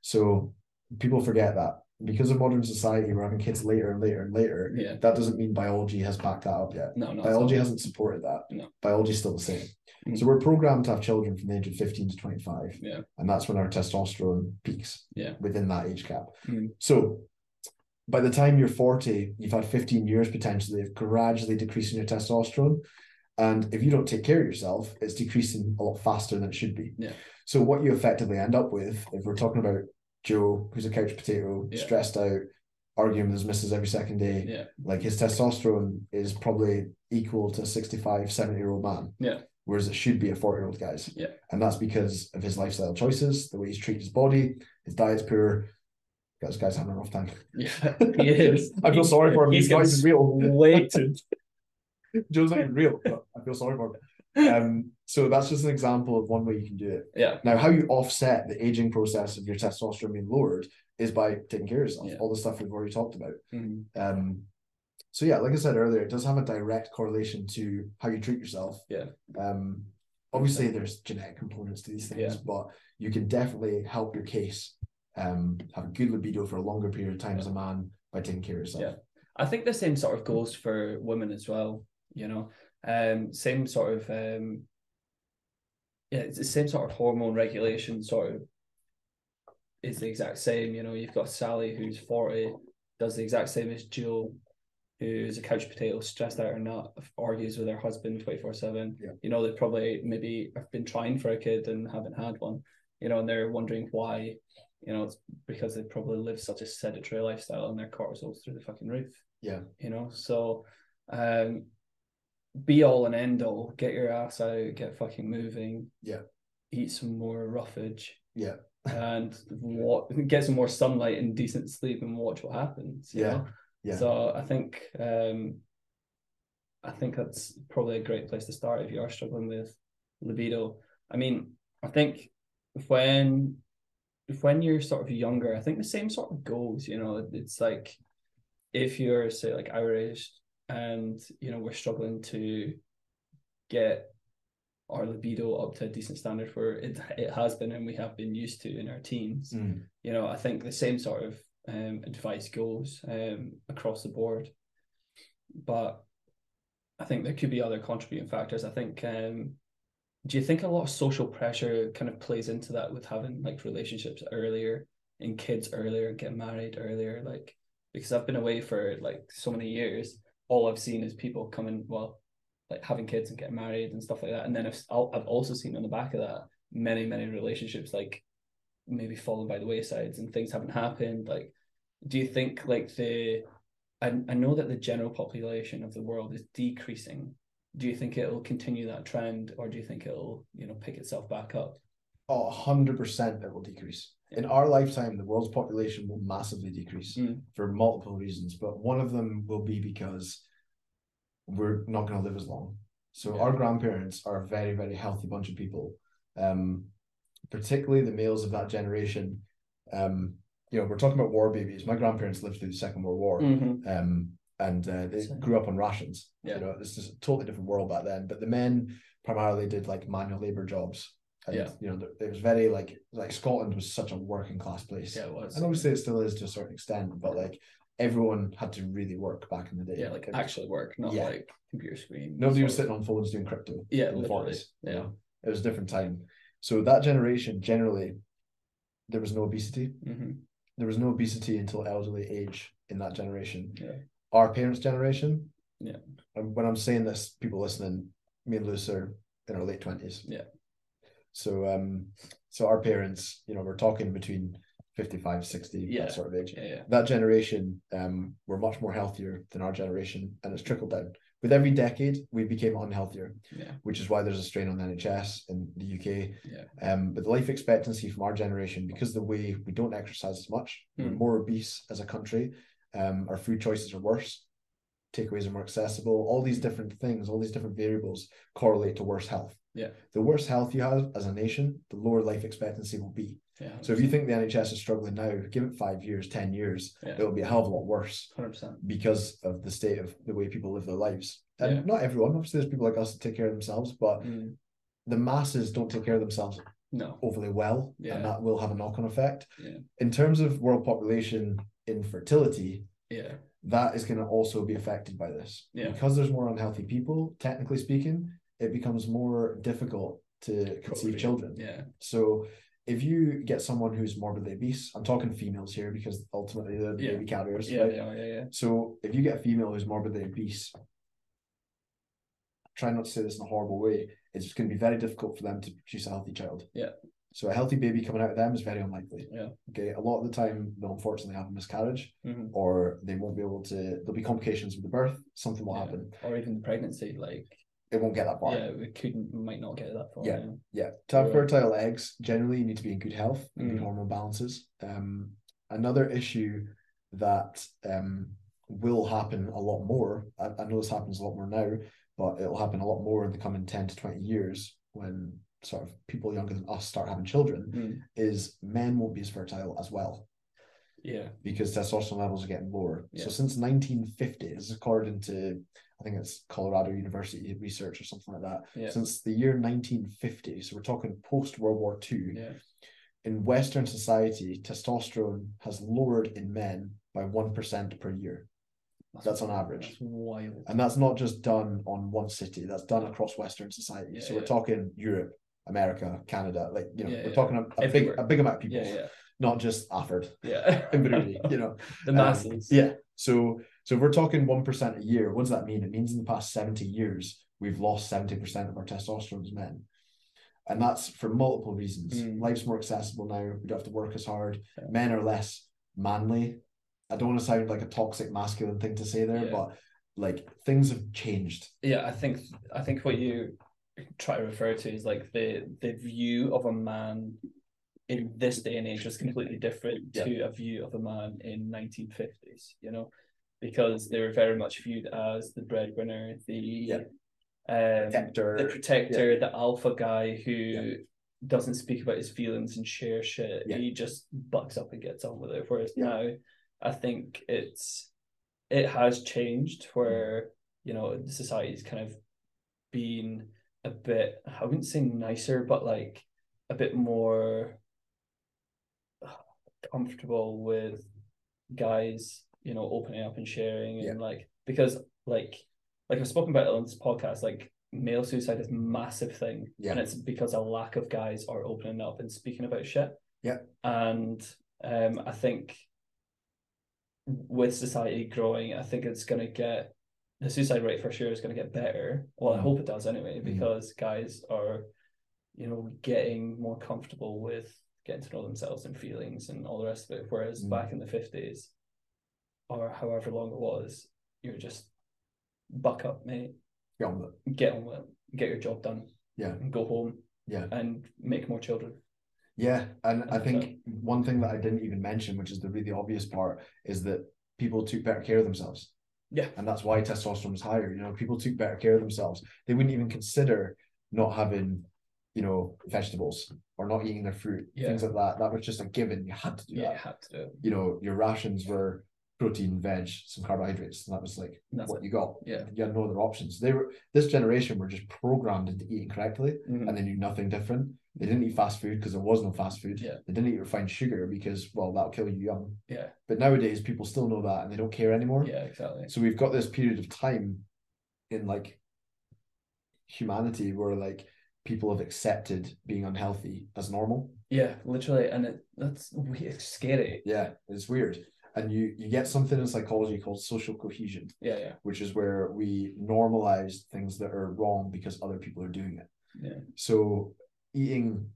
B: so people forget that because of modern society we're having kids later and later and later
A: Yeah.
B: that doesn't mean biology has backed that up yet
A: No, no. it's
B: biology
A: not.
B: hasn't supported that
A: No.
B: biology's still the same
A: Mm.
B: so we're programmed to have children from the age of 15 to 25
A: Yeah.
B: and that's when our testosterone peaks
A: Yeah.
B: within that age gap.
A: Mm.
B: So by the time you're 40, you've had 15 years potentially of gradually decreasing your testosterone. And if you don't take care of yourself, it's decreasing a lot faster than it should be.
A: Yeah.
B: So what you effectively end up with, if we're talking about Joe, who's a couch potato,
A: Yeah.
B: stressed out, arguing with his missus every second day,
A: Yeah.
B: like his testosterone is probably equal to a 65, 70 year old man.
A: Yeah.
B: Whereas it should be a 40 year old guy's.
A: Yeah.
B: And that's because of his lifestyle choices, the way he's treated his body, his diet's poor. Guys, guy's having a rough time.
A: Yeah. He is.
B: I feel
A: He's-
B: sorry for him.
A: He's
B: He's not
A: getting
B: even real.
A: slated.
B: Joe's not even real, but I feel sorry for him. Um, so that's just an example of one way you can do it.
A: Yeah.
B: Now, how you offset the aging process of your testosterone being lowered is by taking care of yourself,
A: Yeah.
B: all the stuff we've already talked about.
A: Mhm.
B: Um, so yeah, like I said earlier, it does have a direct correlation to how you treat yourself.
A: Yeah.
B: Um, obviously, there's genetic components to these things,
A: Yeah.
B: but you can definitely help your case. Um, have a good libido for a longer period of time as a man by taking care of yourself.
A: Yeah. I think the same sort of goes for women as well. You know, um, same sort of um, yeah, it's the same sort of hormone regulation. Sort of, it's the exact same. You know, you've got Sally who's forty, does the exact same as Jill, who's a couch potato, stressed out or not, argues with her husband twenty four seven.
B: Yeah.
A: You know, they probably maybe have been trying for a kid and haven't had one. You know, and they're wondering why. You know, it's because they probably live such a sedentary lifestyle and their cortisol's through the fucking roof you know so um be all and end all get your ass out get fucking moving
B: Yeah.
A: eat some more roughage
B: Yeah.
A: and what get some more sunlight and decent sleep and watch what happens you
B: Yeah,
A: know?
B: yeah.
A: so i think um I think that's probably a great place to start if you are struggling with libido. I mean, I think when when you're sort of younger, I think the same sort of goes. You know, it's like if you're say like our age and you know we're struggling to get our libido up to a decent standard for it it has been and we have been used to in our teens.
B: Mm.
A: You know, I think the same sort of um, advice goes um, across the board, but I think there could be other contributing factors. I think. Um, do you think a lot of social pressure kind of plays into that with having like relationships earlier and kids earlier, get married earlier? Like, because I've been away for like so many years, all I've seen is people coming, well, like having kids and getting married and stuff like that. And then I've, I'll- I've also seen on the back of that many, many relationships like maybe falling by the waysides and things haven't happened. Like, do you think like the, I, I know that the general population of the world is decreasing do you think it'll continue that trend or do you think it'll you know pick itself back up
B: Oh, 100% it will decrease. In our lifetime, the world's population will massively decrease
A: Mm.
B: for multiple reasons, but one of them will be because we're not going to live as long. So
A: Yeah.
B: our grandparents are a very, very healthy bunch of people, um, particularly the males of that generation. Um, you know, we're talking about war babies. My grandparents lived through the Second World War um, and uh, they
A: Same.
B: grew up on rations.
A: Yeah.
B: You know, it's just a totally different world back then. But the men primarily did like manual labor jobs. And,
A: Yeah.
B: You know, th- it was very like like Scotland was such a working class place,
A: yeah it was
B: and obviously it still is to a certain extent. But like everyone had to really work back in the day.
A: yeah like
B: It was-
A: actually work not
B: Yeah.
A: like computer screen
B: nobody was
A: sort
B: sitting on phones doing crypto
A: of- yeah
B: in the
A: literally.
B: 40s.
A: yeah
B: You know, it was a different time. So that generation generally, there was no obesity
A: hmm
B: there was no obesity until elderly age in that generation.
A: Yeah.
B: Our parents' generation.
A: Yeah.
B: And when I'm saying this, people listening, me and Lucy are in our late twenties.
A: Yeah.
B: So um, so our parents, you know, we're talking between 55, 60,
A: Yeah.
B: that sort of age.
A: yeah yeah
B: That generation um were much more healthier than our generation, and it's trickled down. With every decade, we became unhealthier
A: yeah
B: which is why there's a strain on the NHS in the UK.
A: Yeah.
B: Um, but the life expectancy from our generation, because the way we don't exercise as much, we're
A: Mm.
B: more obese as a country, um, our food choices are worse, takeaways are more accessible, all these different things, all these different variables correlate to worse health.
A: Yeah.
B: The worse health you have as a nation, the lower life expectancy will be.
A: yeah
B: So if you think the NHS is struggling now, give it five years, 10 years,
A: Yeah.
B: it'll be a hell of a lot worse
A: 100%
B: because of the state of the way people live their lives. And
A: Yeah.
B: not everyone, obviously, there's people like us that take care of themselves, but
A: Mm,
B: the masses don't take care of themselves
A: no
B: overly well,
A: Yeah.
B: and that will have a knock on effect.
A: Yeah.
B: In terms of world population infertility,
A: yeah
B: that is going to also be affected by this.
A: Yeah.
B: Because there's more unhealthy people, technically speaking, it becomes more difficult to conceive
A: Procreate.
B: children.
A: yeah
B: So if you get someone who's morbidly obese, I'm talking females here because ultimately they're the
A: Yeah.
B: baby carriers,
A: yeah
B: right?
A: they are, yeah yeah
B: So if you get a female who's morbidly obese, try not to say this in a horrible way, it's going to be very difficult for them to produce a healthy child.
A: Yeah.
B: So a healthy baby coming out of them is very unlikely.
A: Yeah.
B: Okay. A lot of the time they'll unfortunately have a miscarriage
A: Mhm.
B: or they won't be able to there'll be complications with the birth, something will
A: Yeah.
B: happen.
A: or even the pregnancy like
B: It won't get that far.
A: yeah we couldn't we might not get that far
B: Yeah. Yeah, to have
A: Yeah.
B: fertile eggs, generally you need to be in good health and good
A: Mm.
B: hormone balances. Um, another issue that um will happen a lot more. I, I know this happens a lot more now, but it'll happen a lot more in the coming ten to twenty years when sort of people younger than us start having children.
A: Mm,
B: Is men won't be as fertile as well
A: yeah
B: because testosterone levels are getting lower.
A: Yeah.
B: So since 1950, this is according to I think it's Colorado University research or something like that.
A: Yeah.
B: Since the year 1950, so we're talking post World War II,
A: yeah
B: in Western society, testosterone has lowered in men by one percent per year. That's on average.
A: that's wild
B: And that's not just done on one city, that's done across Western society.
A: Yeah,
B: so we're
A: yeah.
B: talking Europe, America, Canada, like you know,
A: Yeah,
B: we're
A: yeah.
B: talking a, a big
A: Everywhere.
B: a big amount of people,
A: yeah yeah
B: not just Afford
A: yeah
B: and Brunei, you know.
A: the
B: Um,
A: masses
B: Yeah. So so if we're talking one percent a year, what does that mean? It means in the past 70 years, we've lost 70% of our testosterone as men. And that's for multiple reasons.
A: Mm.
B: Life's more accessible now, we don't have to work as hard.
A: Yeah.
B: Men are less manly. I don't want to sound like a toxic masculine thing to say there,
A: Yeah.
B: but like things have changed.
A: yeah i think i think what you try to refer to is like the the view of a man in this day and age was completely different
B: Yeah.
A: to a view of a man in 1950s you know because they were very much viewed as the breadwinner, the
B: Yeah.
A: um, the
B: Protector.
A: protector, the alpha guy who doesn't speak about his feelings and share shit.
B: Yeah.
A: He just bucks up and gets on with it. Whereas
B: Yeah.
A: now, I think it's it has changed
B: Mm-hmm.
A: where you know society's kind of been a bit I wouldn't say nicer, but like a bit more comfortable with guys, you know, opening up and sharing and like because like like I've spoken about it on this podcast, like male suicide is a massive thing.
B: Yeah.
A: And it's because a lack of guys are opening up and speaking about shit.
B: Yeah.
A: And um I think with society growing, I think it's gonna get the suicide rate for sure is gonna get better. Well, I
B: Mhm.
A: hope it does anyway,
B: Mhm.
A: because guys are, you know, getting more comfortable with getting to know themselves and feelings and all the rest of it. Whereas
B: Mhm.
A: back in the fifties or however long it was, you were just buck up, mate
B: Get on with it.
A: get on with it, get your job done,
B: Yeah.
A: and go home,
B: Yeah.
A: and make more children.
B: Yeah, and I
A: That's
B: think one thing that I didn't even mention, which is the really obvious part, is that people took better care of themselves.
A: Yeah.
B: And that's why testosterone was higher. You know, people took better care of themselves. They wouldn't even consider not having, you know, vegetables or not eating their fruit,
A: Yeah.
B: things like that. That was just a given. You had to do
A: Yeah,
B: that.
A: have to do it.
B: You know, your rations were protein, veg, some carbohydrates. And that was like
A: And that's
B: what
A: it.
B: you got.
A: Yeah.
B: You had no other options. They were this generation were just programmed into eating correctly
A: Mm.
B: and they knew nothing different. They didn't eat fast food because there was no fast food.
A: Yeah.
B: They didn't eat refined sugar because, well, that'll kill you young.
A: Yeah,
B: But nowadays, people still know that and they don't care anymore.
A: Mm-hmm. yeah, exactly.
B: So we've got this period of time in like humanity where like people have accepted being unhealthy as normal.
A: Yeah, literally, and it that's weird, it's scary.
B: Yeah, it's weird. And you you get something in psychology called social cohesion,
A: Yeah, yeah,
B: which is where we normalize things that are wrong because other people are doing it.
A: yeah,
B: So eating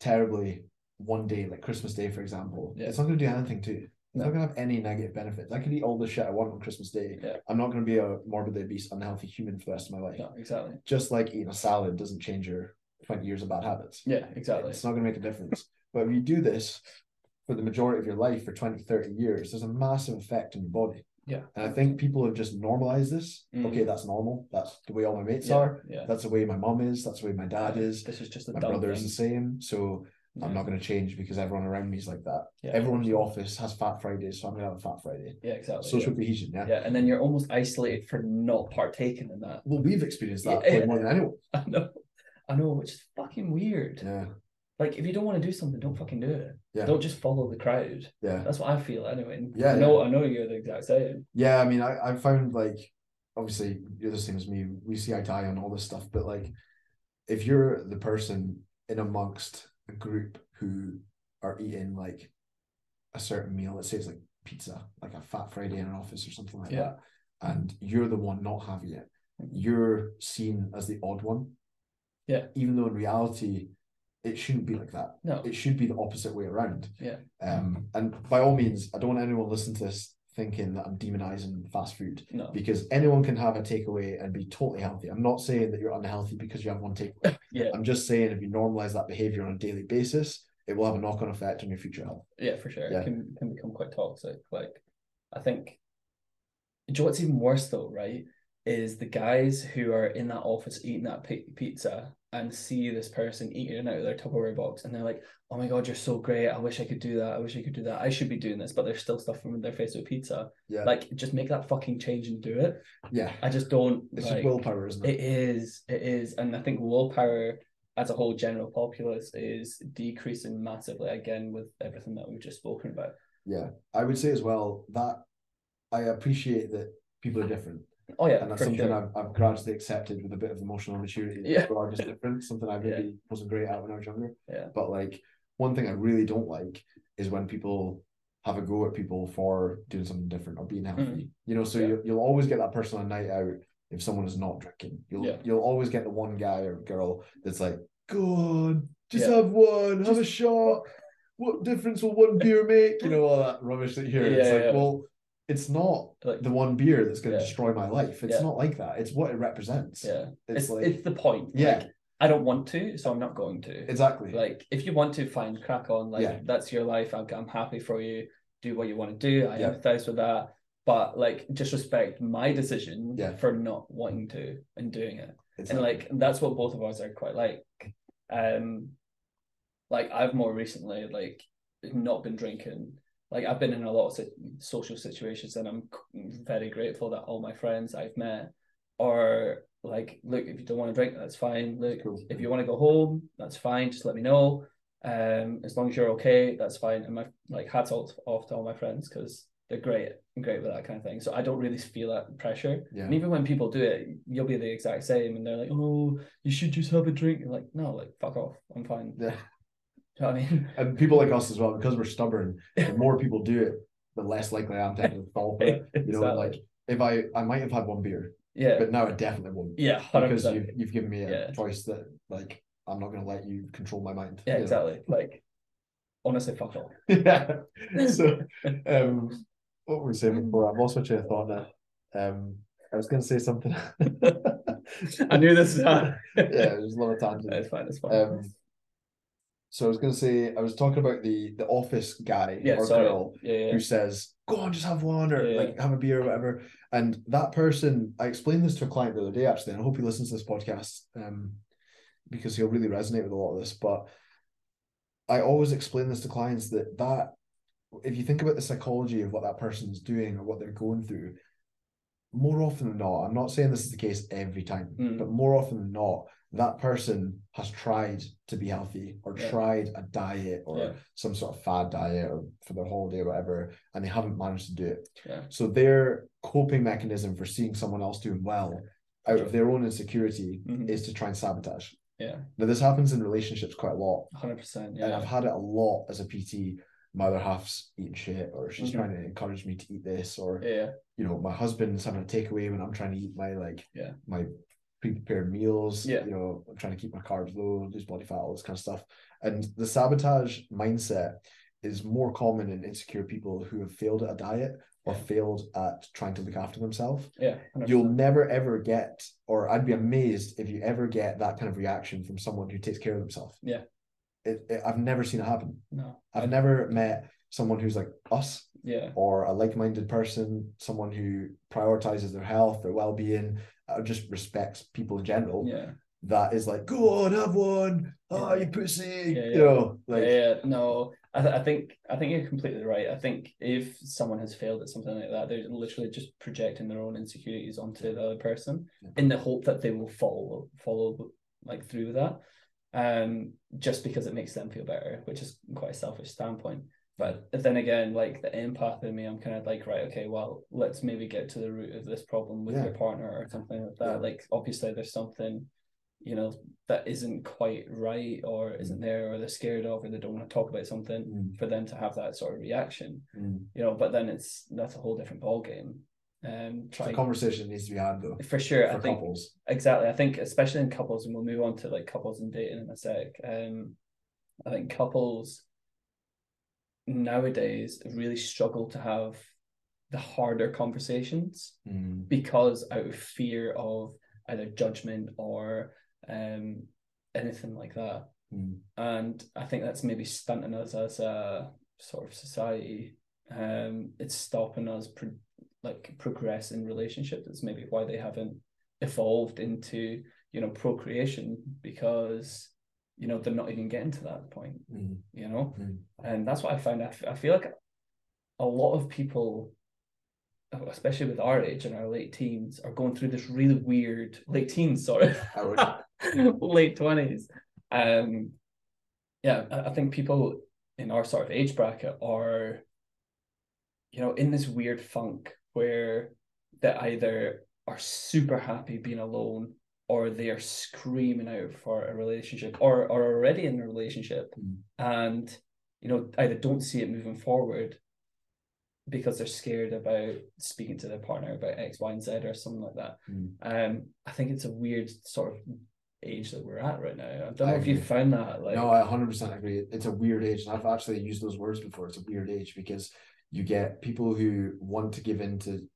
B: terribly one day, like Christmas Day, for example,
A: Yeah.
B: it's not going to do anything to you. It's
A: No.
B: not going to have any negative benefits. I could eat all the shit I want on Christmas Day.
A: Yeah.
B: I'm not going to be a morbidly obese, unhealthy human for the rest of my life.
A: no, exactly.
B: Just like eating a salad doesn't change your 20 years of bad habits.
A: Yeah, exactly.
B: It's not going to make a difference. But if you do this for the majority of your life, for 20, 30 years, there's a massive effect on your body.
A: Yeah.
B: And I think people have just normalized this.
A: Mm.
B: Okay, that's normal. That's the way all my mates
A: yeah,
B: are.
A: yeah.
B: That's the way my mom is. That's the way my dad is
A: This is just a
B: my
A: dumb
B: brother
A: thing.
B: is the same, so
A: Yeah.
B: I'm not going to change because everyone around me is like that.
A: Yeah.
B: Everyone in the office has Fat Friday, so I'm going to have a Fat Friday.
A: Yeah, exactly.
B: Social
A: Oh, yeah.
B: cohesion, yeah.
A: yeah, and then you're almost isolated for not partaking in that.
B: Well, we've experienced that
A: Yeah.
B: way more than anyone.
A: I know, I know, which is fucking weird.
B: Yeah,
A: Like, if you don't want to do something, don't fucking do it.
B: Yeah.
A: Don't just follow the crowd.
B: yeah,
A: That's what I feel anyway. And
B: Yeah,
A: I know, I know you're the exact same.
B: yeah. I mean, I I found like obviously you're the same as me. We see eye to eye on all this stuff, but like if you're the person in amongst a group who are eating like a certain meal, let's say it's like pizza, like a Fat Friday in an office or something like
A: Yeah.
B: that, and you're the one not having it, you're seen as the odd one.
A: Yeah.
B: Even though in reality, it shouldn't be like that.
A: No,
B: It should be the opposite way around.
A: Yeah.
B: Um, and by all means, I don't want anyone listening to this thinking that I'm demonizing fast food
A: no,
B: because anyone can have a takeaway and be totally healthy. I'm not saying that you're unhealthy because you have one takeaway.
A: Yeah.
B: I'm just saying if you normalize that behavior on a daily basis, it will have a knock on effect on your future health.
A: yeah, for sure.
B: Yeah.
A: It can can become quite toxic. Like, I think. Do you know what's even worse though, right? Is the guys who are in that office eating that pi- pizza and see this person eating it out of their Tupperware box, and they're like, "Oh my god, you're so great! I wish I could do that. I wish I could do that. I should be doing this," but they're still stuffing their face with pizza.
B: Yeah.
A: Like, just make that fucking change and do it.
B: Yeah.
A: I just don't.
B: It's
A: like,
B: just willpower, isn't it?
A: It is, it is, and I think willpower as a whole general populace is decreasing massively again with everything that we've just spoken about.
B: I would say as well that I appreciate that people are different.
A: Oh yeah,
B: and that's
A: for
B: something
A: sure.
B: I've, I've gradually accepted with a bit of emotional maturity. that
A: Yeah.
B: people are just different. Something I maybe wasn't great at when I was younger.
A: Yeah.
B: But like one thing I really don't like is when people have a go at people for doing something different or being healthy. You know, so
A: Mm. Yeah.
B: you, you'll always get that person on a night out if someone is not drinking. You'll
A: Yeah.
B: you'll always get the one guy or girl that's like, go on, just
A: Yeah.
B: have one, have a
A: Just-
B: shot. What difference will one beer make? You know, all that rubbish that you hear. it's
A: Yeah,
B: like,
A: yeah.
B: well, it's not
A: Like-
B: the one beer that's going to
A: Yeah.
B: destroy my life. It's
A: Yeah.
B: not like that. It's what it represents.
A: yeah,
B: It's,
A: it's it's,
B: like
A: the point.
B: yeah,
A: like, I don't want to, so I'm not going to.
B: exactly.
A: Like if you want to, find crack on. Like
B: Yeah.
A: that's your life. I'm I'm happy for you. Do what you want to do. I
B: Yeah.
A: empathize with that. but like just respect my decision
B: Yeah.
A: for not wanting to and doing it.
B: It's
A: And like that's what both of ours are quite like. Um like I've more recently like not been drinking. Like I've been in a lot of si- social situations and I'm c- very grateful that all my friends I've met are like look if you don't want to drink that's fine. Look
B: cool.
A: if you want to go home, that's fine. Just let me know. Um, as long as you're okay, that's fine. And my like hats off, off to all my friends because they're great and great with that kind of thing. So I don't really feel that pressure.
B: yeah.
A: And even when people do it, you'll be the exact same. And they're like, "Oh, you should just have a drink." You're like, no, like fuck off. I'm fine.
B: yeah.
A: Do you know what I mean?
B: And people like us as well, because we're stubborn, the more people do it, the less likely I am to actually fall for it. You know,
A: Exactly.
B: like if I I might have had one beer,
A: yeah,
B: but now I definitely won't.
A: yeah, hundred
B: Because
A: percent.
B: you've you've given me a
A: Yeah.
B: choice that like I'm not gonna let you control my mind.
A: Yeah,
B: you know?
A: exactly. Like, honestly, fuck off.
B: yeah. So, um, what were we saying before? I've lost my train of thought now. Um, I was going to say something.
A: I knew this. Was
B: yeah, there's a lot of tangents.
A: it's fine. It's fine.
B: Um, so I was going to say I was talking about the the office guy
A: yeah,
B: or
A: sorry.
B: girl
A: Yeah, yeah.
B: who says, "Go on, just have one or
A: Yeah.
B: like have a beer or whatever." And that person, I explained this to a client the other day actually, and I hope he listens to this podcast um, because he'll really resonate with a lot of this. But I always explain this to clients that that if you think about the psychology of what that person's doing or what they're going through, more often than not, I'm not saying this is the case every time,
A: Mm.
B: but more often than not, that person has tried to be healthy or
A: Yeah.
B: tried a diet or
A: Yeah.
B: some sort of fad diet or for their holiday or whatever, and they haven't managed to do it.
A: Yeah.
B: So their coping mechanism for seeing someone else doing well out of their own insecurity
A: Mhm.
B: is to try and sabotage.
A: Yeah,
B: Now this happens in relationships quite a lot
A: hundred percent.
B: and I've
A: Yeah,
B: had it a lot as a PT. My other half's eating shit, or she's
A: Mhm.
B: trying to encourage me to eat this, or
A: yeah,
B: you know, my husband's having a takeaway when I'm trying to eat my like
A: Yeah.
B: my pre-prepared meals.
A: Yeah.
B: you know, I'm trying to keep my carbs low, lose body fat, all this kind of stuff. And the sabotage mindset is more common in insecure people who have failed at a diet or
A: Yeah.
B: failed at trying to look after themselves
A: yeah. 100%.
B: you'll never ever get, or I'd be amazed if you ever get that kind of reaction from someone who takes care of themselves.
A: Yeah.
B: It, it- I've never seen it happen.
A: no,
B: I've never met someone who's like us
A: yeah,
B: or a like minded person, someone who prioritizes their health, their well being, or just respects people in general.
A: yeah,
B: That is like, go on, have one. Oh,
A: Yeah.
B: you pussy.
A: Yeah, yeah.
B: You know, like,
A: yeah, yeah. No, I, th- I think I think you're completely right. I think if someone has failed at something like that, they're literally just projecting their own insecurities onto the other person
B: Yeah.
A: in the hope that they will follow follow like through with that, um, just because it makes them feel better, which is quite a selfish standpoint. But then again, like the empath in me, I'm kind of like, right, okay, well, let's maybe get to the root of this problem with
B: Yeah.
A: your partner or something like that.
B: Yeah.
A: Like, obviously, there's something, you know, that isn't quite right or isn't there, or they're scared of, or they don't want to talk about something
B: Mm,
A: for them to have that sort of reaction,
B: mm.
A: you know. But then it's that's a whole different ballgame. Um,
B: the
A: trying
B: conversation needs to be had though
A: for sure.
B: for
A: I think
B: couples.
A: Exactly. I think especially in couples, and we'll move on to like couples and dating in a sec. Um, I think couples nowadays really struggle to have the harder conversations
B: Mm,
A: because out of fear of either judgment or um anything like that.
B: mm.
A: And I think that's maybe stunting us as a sort of society. Um, it's stopping us pro- like progress in relationships. It's maybe why they haven't evolved into you know procreation because you know they're not even getting to that point.
B: mm,
A: You know,
B: mm.
A: and that's what I find. I, f- I feel like a lot of people, oh, especially with our age and our late teens, are going through this really weird late teens. Sorry,
B: I would.
A: late twenties. Um, yeah, I, I think people in our sort of age bracket are, you know, in this weird funk where they either are super happy being alone or they are screaming out for a relationship or are already in a relationship
B: Mm.
A: and you know either don't see it moving forward because they're scared about speaking to their partner about X, Y, and Z or something like that.
B: Mm.
A: Um, I think it's a weird sort of age that we're at right now. I don't
B: I
A: know if you
B: agree.
A: found that like
B: No, I 100% agree. It's a weird age. And I've actually used those words before. It's a weird age because you get people who want to give in to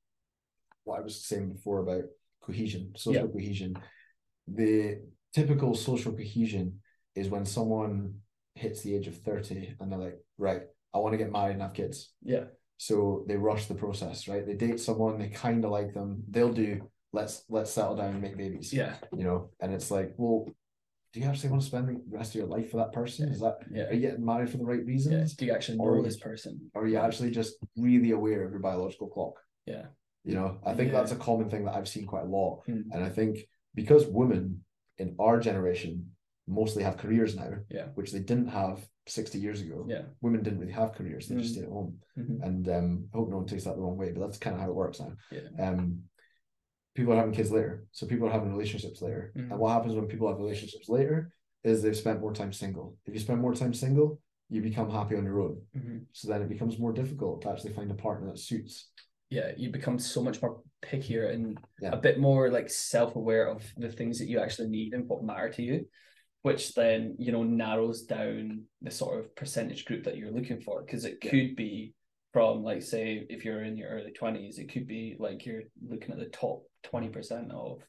B: what I was saying before about cohesion, social cohesion. The typical social cohesion is when someone hits the age of 30 and they're like, right, I want to get married and have kids.
A: yeah,
B: So they rush the process, right? They date someone, they kind of like them, they'll do. Let's let's settle down and make babies.
A: Yeah.
B: You know, and it's like, well, do you actually want to spend the rest of your life for that person? Is that are
A: Yeah.
B: you getting married for the right
A: yeah.
B: reasons?
A: Do you actually
B: Or-
A: know this person?
B: Or are you actually just really aware of your biological clock?
A: Yeah.
B: You know, I think
A: Yeah.
B: that's a common thing that I've seen quite a lot.
A: Mm.
B: And I think because women in our generation mostly have careers now,
A: Yeah.
B: which they didn't have 60 years ago,
A: Yeah.
B: women didn't really have careers, they just
A: Mm.
B: stayed at home.
A: Mhm.
B: And um, I hope no one takes that the wrong way, but that's kind of how it works now.
A: Yeah.
B: Um, people are having kids later, so people are having relationships later.
A: Mm.
B: And what happens when people have relationships later is they've spent more time single. If you spend more time single, you become happy on your own.
A: Mhm.
B: So then it becomes more difficult to actually find a partner that suits.
A: Yeah. You become so much more pickier and
B: Yeah.
A: a bit more like self aware of the things that you actually need and what matter to you, which then, you know, narrows down the sort of percentage group that you're looking for. Cause it
B: Yeah.
A: could be from, like, say, if you're in your early 20s, it could be like you're looking at the top 20% of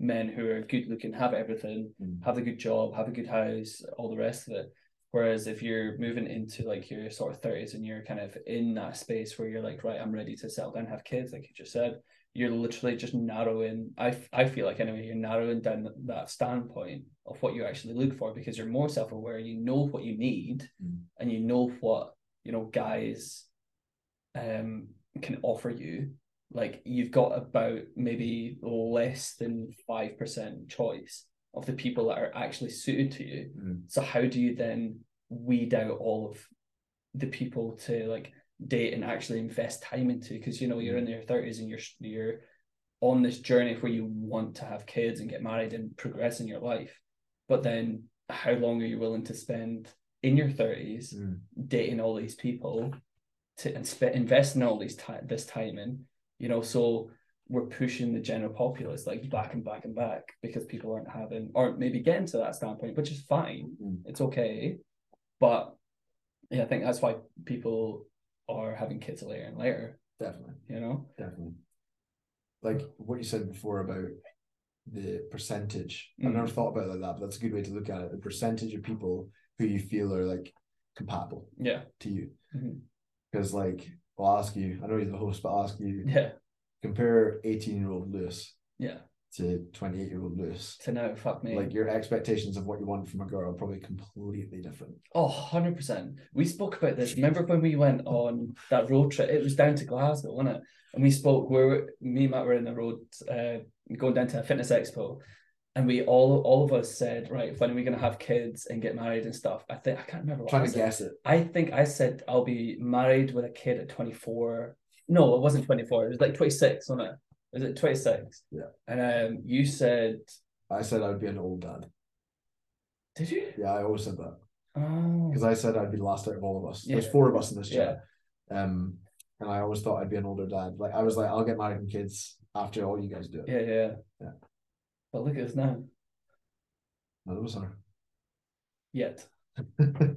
A: men who are good looking, have everything,
B: Mm.
A: have a good job, have a good house, all the rest of it. Whereas if you're moving into like your sort of thirties and you're kind of in that space where you're like, right, I'm ready to settle down, have kids, like you just said, you're literally just narrowing. I f- I feel like anyway, you're narrowing down th- that standpoint of what you actually look for because you're more self aware. You know what you need,
B: Mm.
A: and you know what you know guys, um, can offer you. Like you've got about maybe less than five percent choice of the people that are actually suited to you.
B: Mm.
A: So how do you then weed out all of the people to like date and actually invest time into? Because you know you're
B: Mm.
A: in your thirties and you're you're on this journey where you want to have kids and get married and progress in your life, but then how long are you willing to spend in your thirties
B: Mm.
A: dating all these people to and sp- invest in all these time this time in? You know, so we're pushing the general populace like back and back and back because people aren't having or maybe getting to that standpoint, which is fine
B: Mm.
A: it's okay. But yeah, I think that's why people are having kids later and later,
B: Definitely.
A: you know?
B: Definitely. Like what you said before about the percentage. I've
A: Mm.
B: never thought about it like that, but that's a good way to look at it. The percentage of people who you feel are like compatible
A: Yeah.
B: to you.
A: Mhm.
B: Because like I'll ask you, I know you're the host, but I'll ask you,
A: Yeah.
B: compare 18 year old Lewis
A: Yeah.
B: to 28 year old Lewis.
A: So now, fuck me.
B: Like your expectations of what you want from a girl are probably completely different.
A: oh, 100%. We spoke about this. Remember when we went on that road trip? It was down to Glasgow, wasn't it? And we spoke, we were, me and Matt were in the road uh, going down to a fitness expo. And we all, all of us said, right, when are we going to have kids and get married and stuff? I think, I can't remember what Oh, I
B: trying to
A: said.
B: guess it.
A: I think I said I'll be married with a kid at 24. No, it wasn't 24. It was like 26, wasn't it? Was it 26?
B: Yeah.
A: And um, you said,
B: I said I'd be an old dad.
A: did you?
B: Yeah, I always said that.
A: Oh,
B: because I said I'd be the last out of all of us. There's
A: Yeah.
B: four of us in this chat. Um, and I always thought I'd be an older dad. Like I was like, I'll get married and kids after all you guys do it.
A: yeah, yeah,
B: Yeah.
A: But look at us now.
B: None of us are.
A: Yet,
B: but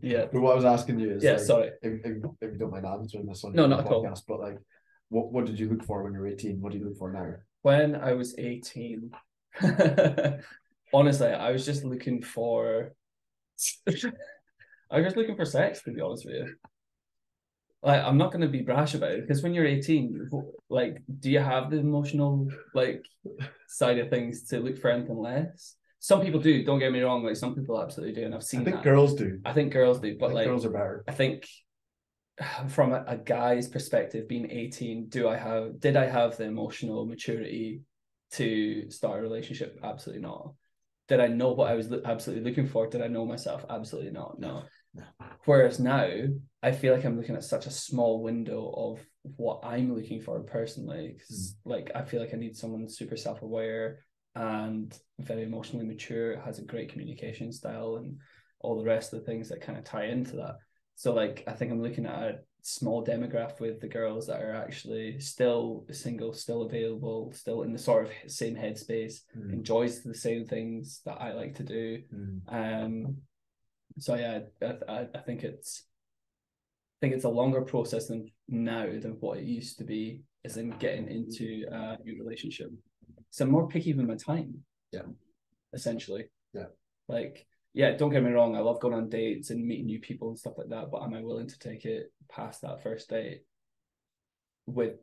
A: yeah,
B: what I was asking you is
A: yeah.
B: like,
A: sorry.
B: if, if, if you don't mind answering this on
A: No,
B: your
A: not at all.
B: podcast, but like what, what did you look for when you were 18? What do you look for now?
A: When I was 18, honestly, I was just looking for. I was just looking for sex, to be honest with you. Like, I'm not going to be brash about it because when you're 18, wh- like, do you have the emotional like side of things to look for anything less? Some people do. Don't get me wrong. Like, some people absolutely do, and I've seen
B: I think
A: that.
B: girls do.
A: I think girls do,
B: I
A: but
B: think
A: like,
B: girls are better.
A: I think from a, a guy's perspective, being 18, do I have did I have the emotional maturity to start a relationship? Absolutely not. Did I know what I was lo- absolutely looking for? Did I know myself? Absolutely not. No.
B: No.
A: Whereas now, I feel like I'm looking at such a small window of what I'm looking for personally. 'cause, like, I feel like I need someone super self aware and very emotionally mature, has a great communication style, and all the rest of the things that kind of tie into that. So like I think I'm looking at a small demographic with the girls that are actually still single, still available, still in the sort of same headspace,
B: Mm,
A: enjoys the same things that I like to do.
B: mm,
A: Um, so yeah, I, I, I think it's I think it's a longer process than now than what it used to be, as in getting into a new relationship. So I'm more picky with my time.
B: Yeah.
A: Essentially.
B: Yeah.
A: Like yeah, don't get me wrong. I love going on dates and meeting new people and stuff like that. But am I willing to take it past that first date with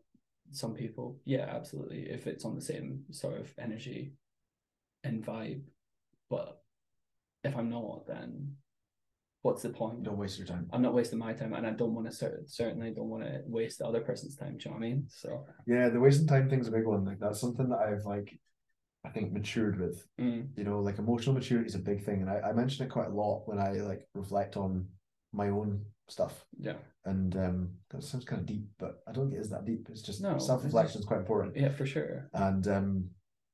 A: some people? Yeah, absolutely. If it's on the same sort of energy and vibe. But if I'm not, then what's the point?
B: Don't waste your time.
A: I'm not wasting my time, and I don't want to certainly don't want to waste the other person's time. Do you know what I mean? So
B: Yeah, the wasting time thing's a big one. Like that's something that I've like, I think matured with.
A: mm,
B: You know, like emotional maturity is a big thing, and I, I mention it quite a lot when I like reflect on my own stuff.
A: yeah,
B: And um, that sounds kind of deep, but I don't think it's that deep. It's just
A: No, it's
B: self reflection is quite important.
A: yeah, for sure,
B: And um,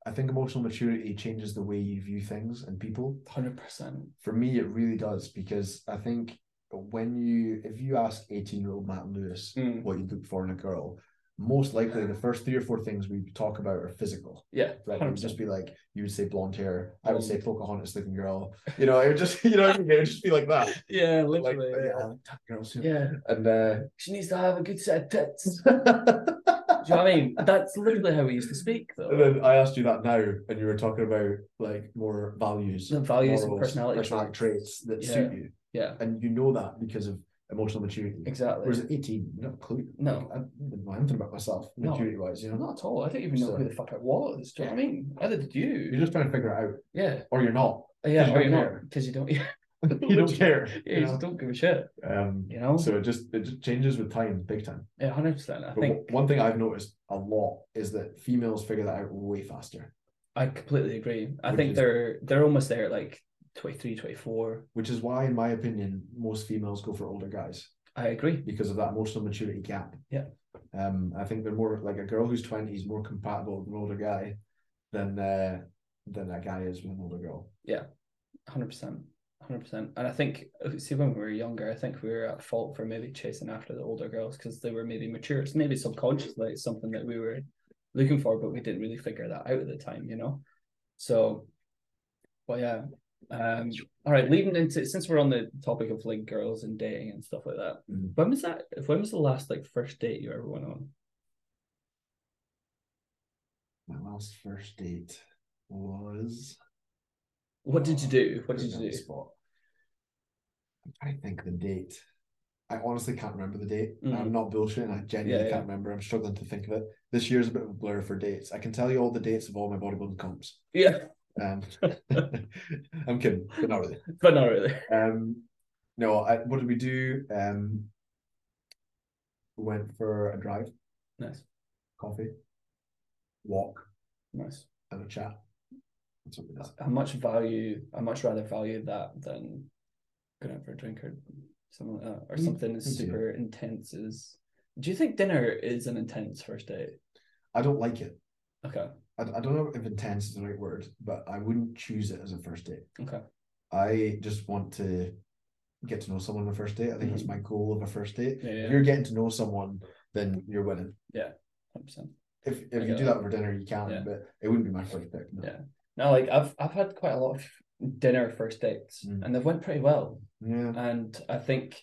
B: I think emotional maturity changes the way you view things and people.
A: hundred percent.
B: For me, it really does because I think when you, if you ask 18 year old Matt Lewis
A: Mm,
B: what you look for in a girl, most likely the first three or four things we talk about are physical,
A: yeah,
B: right? It
A: hundred
B: would just
A: percent.
B: be like, you would say blonde hair, I would
A: Mm.
B: say Pocahontas looking girl, you know, it would just, you know, what I mean? it would just be like that.
A: Yeah,
B: Like,
A: literally.
B: yeah, I
A: yeah.
B: like tough girls. yeah.
A: yeah,
B: And uh,
A: she needs to have a good set of tits. Do you know what I mean? That's literally how we used to speak,
B: And
A: though.
B: then I asked you that now, and you were talking about like more values,
A: The values and
B: morals,
A: personality
B: traits that
A: Yeah.
B: suit you,
A: Yeah,
B: and you know that because of emotional maturity.
A: exactly.
B: Whereas at eighteen, you have a clue.
A: No.
B: Like, I didn't know anything about myself
A: No.
B: maturity wise. You know,
A: Not at all. I don't even know
B: So-
A: who the fuck I was. Do you know what I mean? Either did
B: you're
A: you?
B: just trying to figure it out,
A: Yeah, Oh,
B: or you're not.
A: yeah.
B: you
A: Or
B: don't
A: you're
B: care.
A: not because you don't. Yeah,
B: you don't care.
A: you just don't give a shit.
B: you know? Um,
A: You know?
B: so it just it just changes with time, big time.
A: Yeah, hundred percent. I
B: But w-
A: think
B: one thing I've noticed a lot is that females figure that out way faster,
A: I completely agree. I
B: Which
A: think
B: is-
A: they're they're almost there at like 23, 24.
B: which is why, in my opinion, most females go for older guys.
A: I agree.
B: because of that emotional maturity gap.
A: Yeah.
B: Um, I think they're more like a girl who's twenty is more compatible with an older guy than uh than a guy is with an older girl.
A: Hundred percent. Hundred percent. And I think see when we were younger, I think we were at fault for maybe chasing after the older girls because they were maybe mature. It's maybe subconsciously it's something that we were looking for, but we didn't really figure that out at the time, you know? So but yeah. Um all right, leading into since we're on the topic of like girls and dating and stuff like that,
B: Mhm.
A: when was that when was the last like first date you ever went on?
B: My last first date was
A: What did you do? What did
B: Put it
A: you
B: on the
A: do?
B: Spot. I think the date. I honestly can't remember the date.
A: Mhm.
B: I'm not bullshitting. I genuinely
A: Yeah,
B: can't remember. I'm struggling to think of it. This year's a bit of a blur for dates. I can tell you all the dates of all my bodybuilding comps.
A: Yeah,
B: Um, I'm kidding, but not really.
A: but not really.
B: Um, no, I, what did we do? Um, went for a drive,
A: Nice,
B: coffee, walk,
A: nice.
B: and a chat. That's what we did.
A: I much value, I much rather value that than going out for a drink or something like that, or
B: Mm,
A: something as
B: me too.
A: super intense as. Do you think dinner is an intense first date?
B: I don't like it.
A: Okay,
B: I, I don't know if intense is the right word, but I wouldn't choose it as a first date.
A: okay,
B: I just want to get to know someone on a first date. I think that's my goal of a first date.
A: Yeah, Mm-hmm. yeah.
B: If you're getting to know someone, then you're winning.
A: hundred percent.
B: If
A: I
B: if you
A: get
B: do
A: that.
B: that for dinner, you can,
A: Yeah.
B: but it wouldn't be my first pick. no.
A: Yeah. No, like I've I've had quite a lot of dinner first dates,
B: Mm.
A: and they've went pretty well.
B: yeah.
A: and I think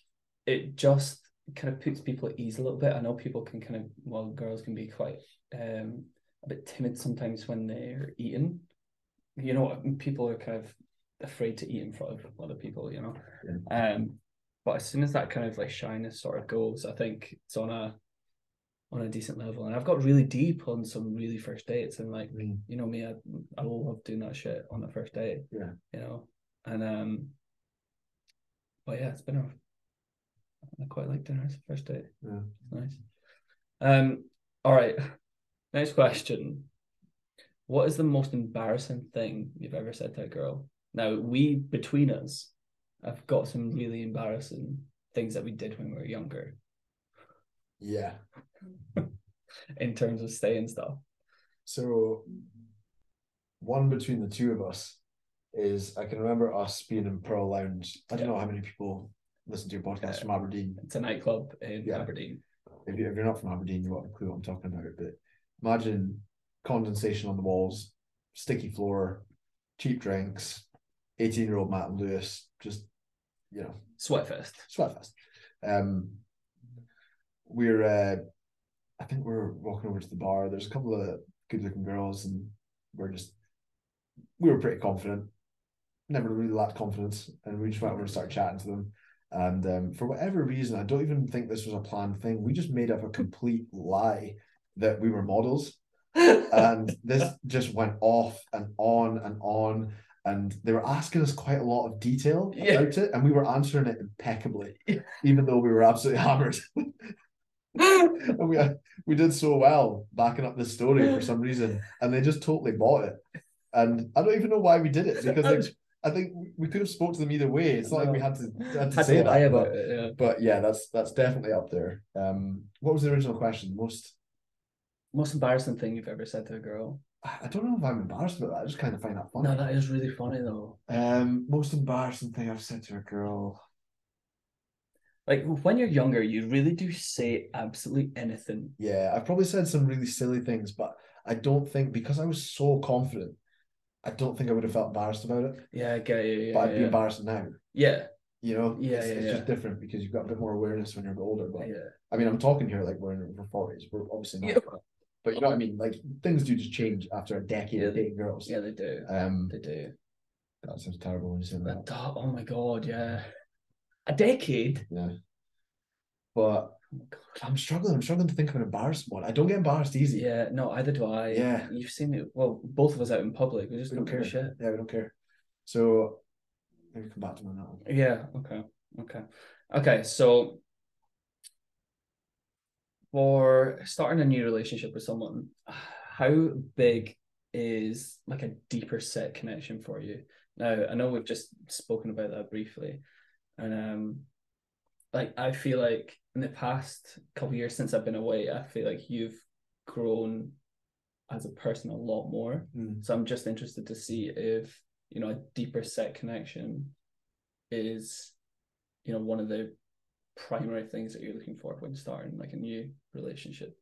A: it just kind of puts people at ease a little bit. I know people can kind of well, girls can be quite um a bit timid sometimes when they're eating. You know, and people are kind of afraid to eat in front of other people. You know, um, but as soon as that kind of like shyness sort of goes, I think it's on a on a decent level. And I've got really deep on some really first dates, and like
B: I mean,
A: you know me, I, I love doing that shit on the first date.
B: Yeah.
A: You know, and um, but yeah, it's been a. I quite like dinner as a first date.
B: Yeah.
A: It's nice. Um. All right. Next question. What is the most embarrassing thing you've ever said to a girl? Now we between us, I've got some really embarrassing things that we did when we were younger
B: yeah.
A: in terms of staying stuff.
B: So one between the two of us is I can remember us being in Pearl Lounge. I don't know how many people listen to your podcast
A: Yeah.
B: from Aberdeen.
A: It's a nightclub in
B: Yeah.
A: Aberdeen.
B: If, you, if you're not from Aberdeen, you won't have a clue what I'm talking about. But imagine condensation on the walls, sticky floor, cheap drinks, 18 year old Matt and Lewis, just, you know,
A: Sweatfest.
B: Sweatfest. Um, we're, uh, I think we're walking over to the bar. There's a couple of good looking girls, and we're just, we were pretty confident. never really lacked confidence, and we just went over and started chatting to them. And um, for whatever reason, I don't even think this was a planned thing. We just made up a complete lie that we were models, and this just went off and on and on. And they were asking us quite a lot of detail
A: Yeah.
B: about it, and we were answering it impeccably,
A: Yeah.
B: even though we were absolutely hammered. and we we did so well backing up the story for some reason, and they just totally bought it. And I don't even know why we did it because like, I think we could have spoke to them either way. It's not like we had to had to
A: Had
B: say
A: to lie
B: that,
A: about
B: but,
A: it. Yeah.
B: but yeah, that's that's definitely up there. Um, what was the original question? Most
A: Most embarrassing thing you've ever said to a girl.
B: I I don't know if I'm embarrassed about that. I just kind of find that funny.
A: No, that is really funny though.
B: Um, most embarrassing thing I've said to a girl.
A: Like when you're younger, you really do say absolutely anything.
B: Yeah, I've probably said some really silly things, but I don't think because I was so confident, I don't think I would have felt embarrassed about it.
A: Yeah, I get you. Yeah,
B: but I'd be
A: yeah.
B: embarrassed now.
A: yeah,
B: You know,
A: Yeah,
B: it's,
A: yeah,
B: it's
A: yeah.
B: just different because you've got a bit more awareness when you're older. But
A: yeah.
B: I mean, I'm talking here like we're in our forties. We're obviously not,
A: Yeah.
B: but you know what I mean. Like things do just change after a decade of dating girls.
A: Yeah, they do.
B: Um,
A: They do.
B: that sounds terrible when you say that.
A: But, oh oh my god, yeah. A decade?
B: Yeah, but
A: Oh my god.
B: I'm struggling. I'm struggling to think of an embarrassing one. I don't get embarrassed easy.
A: Yeah, no, either do I.
B: Yeah.
A: You've seen it. Well, both of us out in public. We just
B: we
A: don't,
B: don't
A: give
B: care.
A: a shit.
B: Yeah, we don't care. So maybe come back to me on that one.
A: Yeah, okay. Okay. Okay, so for starting a new relationship with someone, how big is like a deeper set connection for you? Now, I know we've just spoken about that briefly. And um like I feel like in the past couple years since I've been away, I feel like you've grown as a person a lot more.
B: Mm.
A: So I'm just interested to see if, you know, a deeper set connection is you know one of the primary things that you're looking for when starting like a new relationship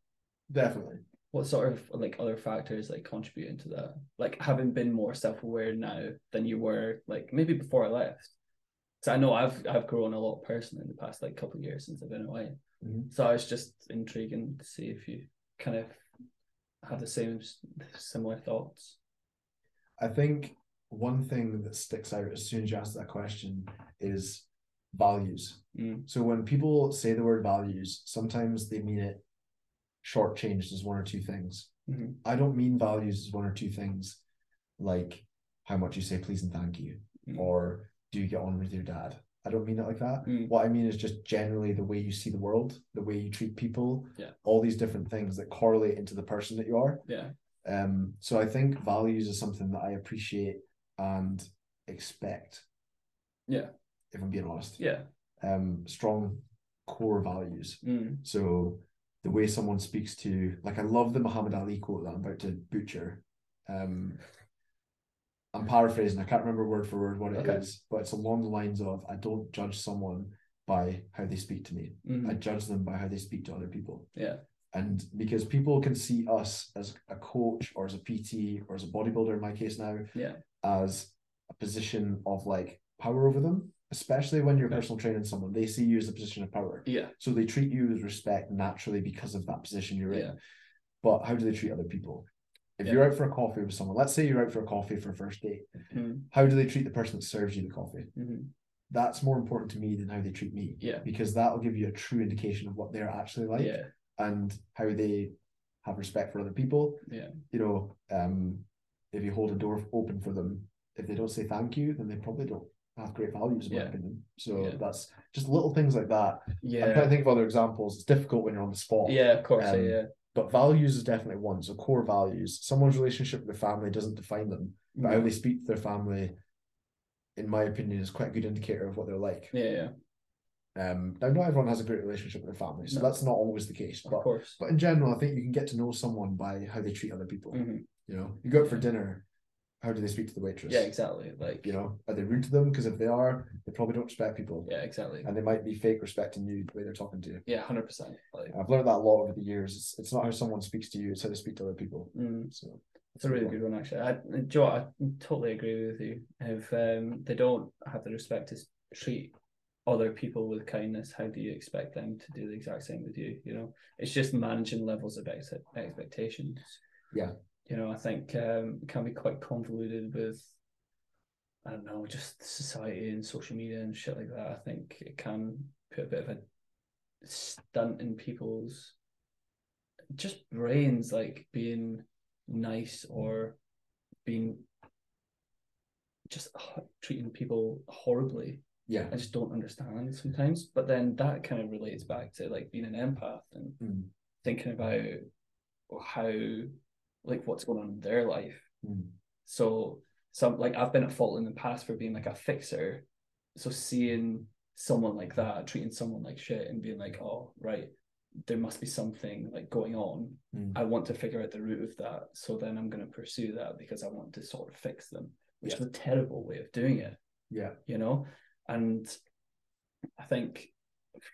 B: Definitely.
A: what sort of like other factors like contribute into that like having been more self-aware now than you were like maybe before i left so i know i've i've grown a lot personally in the past like couple of years since i've been away
B: Mhm.
A: so i was just intriguing to see if you kind of have the same similar thoughts
B: I think one thing that sticks out as soon as you ask that question is values.
A: Mm.
B: So when people say the word values, sometimes they mean it shortchanged as one or two things.
A: Mhm.
B: I don't mean values as one or two things like how much you say please and thank you
A: Mm.
B: or do you get on with your dad. I don't mean it like that.
A: Mm.
B: What I mean is just generally the way you see the world, the way you treat people,
A: Yeah.
B: all these different things that correlate into the person that you are.
A: yeah
B: Um, so I think values is something that I appreciate and expect.
A: Yeah.
B: If I'm being honest.
A: yeah
B: Um, strong core values.
A: mm.
B: So the way someone speaks to you, like I love the Muhammad Ali quote that I'm about to butcher. Um, I'm paraphrasing, I can't remember word for word what it is,
A: Okay.
B: but it's along the lines of I don't judge someone by how they speak to me. I
A: Mm.
B: judge them by how they speak to other people
A: yeah
B: and because people can see us as a coach or as a PT or as a bodybuilder in my case now,
A: Yeah.
B: as a position of like power over them, especially when you're
A: Yeah.
B: personal training someone, they see you as a position of power.
A: yeah
B: So they treat you with respect naturally because of that position you're
A: Yeah.
B: in. But how do they treat other people? If
A: Yeah.
B: you're out for a coffee with someone, let's say you're out for a coffee for a first date,
A: Mm.
B: how do they treat the person that serves you the coffee?
A: Mhm.
B: That's more important to me than how they treat me.
A: yeah
B: Because that'll give you a true indication of what they're actually like
A: yeah
B: and how they have respect for other people.
A: Yeah.
B: You know, um, if you hold a door open for them, if they don't say thank you, then they probably don't have great values, in my
A: Yeah.
B: opinion. So
A: Yeah.
B: that's just little things like that. I'm trying
A: yeah
B: to think of other examples. It's difficult when you're on the spot.
A: yeah of course
B: Um,
A: yeah
B: But values is definitely one. So core values. Someone's relationship with their family doesn't define them,
A: Mm-hmm.
B: but how they speak to their family, in my opinion, is quite a good indicator of what they're like.
A: yeah yeah
B: Um, now, not everyone has a great relationship with their family, so
A: No.
B: that's not always the case.
A: of
B: But
A: course
B: but in general, I think you can get to know someone by how they treat other people.
A: Mhm.
B: You know, you go out for dinner, how do they speak to the waitress?
A: Yeah, exactly. Like
B: You know, are they rude to them? Because if they are, they probably don't respect people,
A: yeah, exactly.
B: and they might be fake respecting you the way they're talking to you.
A: Yeah, hundred percent. Like,
B: I've learned that a lot over the years. It's, it's not how someone speaks to you; it's how they speak to other people.
A: mm,
B: So
A: it's a really good one actually. I, Joe, I totally agree with you. If um, they don't have the respect to s- treat other people with kindness, how do you expect them to do the exact same with you? You know, it's just managing levels of ex- expectations.
B: Yeah.
A: You know, I think um, it can be quite convoluted with I don't know, just society and social media and shit like that. I think it can put a bit of a stunt in people's just brains, like being nice or being just h- treating people horribly.
B: Yeah.
A: I just don't understand sometimes. But then that kind of relates back to like being an empath and
B: Mm.
A: thinking about how, like, what's going on in their life.
B: Mm.
A: So some like I've been at fault in the past for being like a fixer. So seeing someone like that, treating someone like shit and being like, oh right, there must be something like going on.
B: Mm.
A: I want to figure out the root of that. So then I'm gonna pursue that because I want to sort of fix them, which is a terrible way of doing it.
B: Yeah.
A: You know? And I think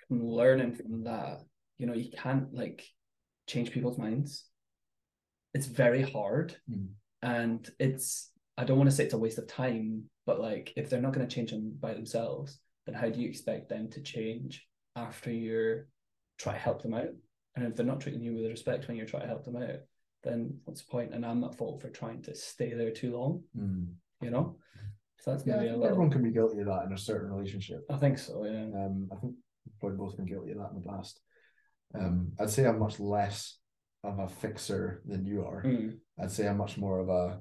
A: from learning from that, you know, you can't like change people's minds. It's very hard
B: Mm.
A: and it's I don't want to say it's a waste of time, but like if they're not going to change them by themselves, then how do you expect them to change after you're try to help them out? And if they're not treating you with respect when you're trying to help them out, then what's the point? And I'm at fault for trying to stay there too long,
B: Mm.
A: you know? So that's
B: Yeah, I
A: maybe a
B: think
A: little.
B: everyone can be guilty of that in a certain relationship.
A: I think so. Yeah.
B: Um, I think we've probably both been guilty of that in the past. Um, I'd say I'm much less of a fixer than you are.
A: Mm,
B: I'd say I'm much more of a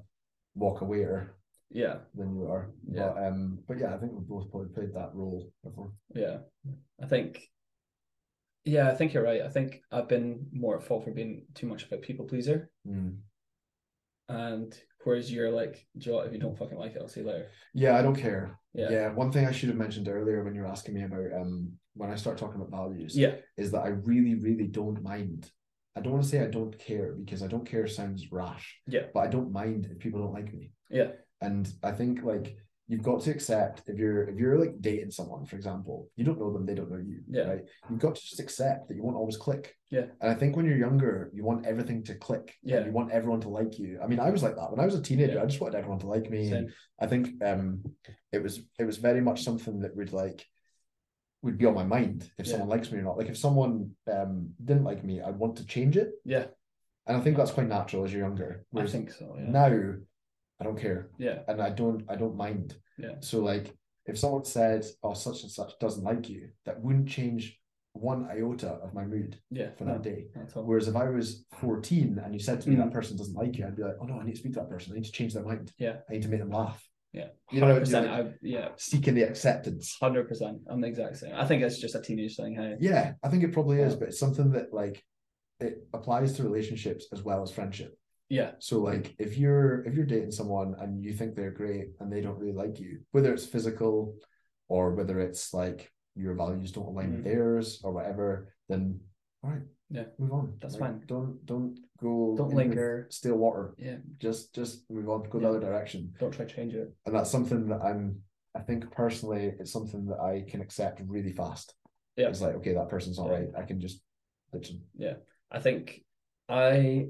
B: walk awayer
A: yeah.
B: than you are.
A: Yeah.
B: But um, but yeah, I think we've both probably played that role before.
A: Yeah. I think yeah, I think you're right. I think I've been more at fault for being too much of a people pleaser.
B: Mm.
A: And whereas you're like, "Do you know what? if you don't fucking like it, I'll see you later.
B: Yeah, I don't care.
A: Yeah.
B: yeah. One thing I should have mentioned earlier when you were asking me about um when I start talking about values
A: Yeah.
B: is that I really, really don't mind. I don't want to say I don't care because I don't care sounds rash.
A: Yeah.
B: But I don't mind if people don't like me.
A: Yeah.
B: And I think like you've got to accept if you're if you're like dating someone, for example, you don't know them, they don't know you.
A: Yeah.
B: Right. You've got to just accept that you won't always click.
A: Yeah.
B: And I think when you're younger, you want everything to click. and
A: Yeah.
B: You want everyone to like you. I mean, I was like that when I was a teenager.
A: Yeah.
B: I just wanted everyone to like me.
A: Same.
B: I think um it was it was very much something that would like would be on my mind if
A: Yeah.
B: someone likes me or not. Like if someone um didn't like me, I'd want to change it.
A: Yeah.
B: And I think that's quite natural as you're younger.
A: I
B: Whereas
A: think so. Yeah.
B: now I don't care
A: yeah.
B: and I don't I don't mind.
A: Yeah.
B: So like if someone said, Oh, such and such doesn't like you, that wouldn't change one iota of my mood
A: Yeah.
B: for
A: no,
B: that day.
A: not at all.
B: Whereas if I was 14 and you said to me
A: Mm.
B: that person doesn't like you, I'd be like, Oh no, I need to speak to that person. I need to change their mind.
A: Yeah.
B: I need to make them laugh.
A: Yeah.
B: You know,
A: 100%,
B: you're like-
A: I, yeah.
B: Seeking the acceptance.
A: Hundred percent. I'm the exact same. I think it's just a teenage thing. Hey.
B: Yeah, I think it probably is,
A: Yeah.
B: but it's something that like it applies to relationships as well as friendship.
A: Yeah.
B: So like if you're if you're dating someone and you think they're great and they don't really like you, whether it's physical or whether it's like your values don't align with theirs or whatever, then all right,
A: Mm. Yeah.
B: move on.
A: That's
B: Like,
A: fine.
B: Don't don't go
A: Don't
B: in with
A: linger.
B: still water.
A: Yeah.
B: Just just move on, go
A: Yeah.
B: the other direction.
A: Don't try to change it.
B: And that's something that I'm I think personally it's something that I can accept really fast.
A: Yeah.
B: It's like, okay, that person's all
A: Yeah.
B: right. I can just ditch them.
A: I think I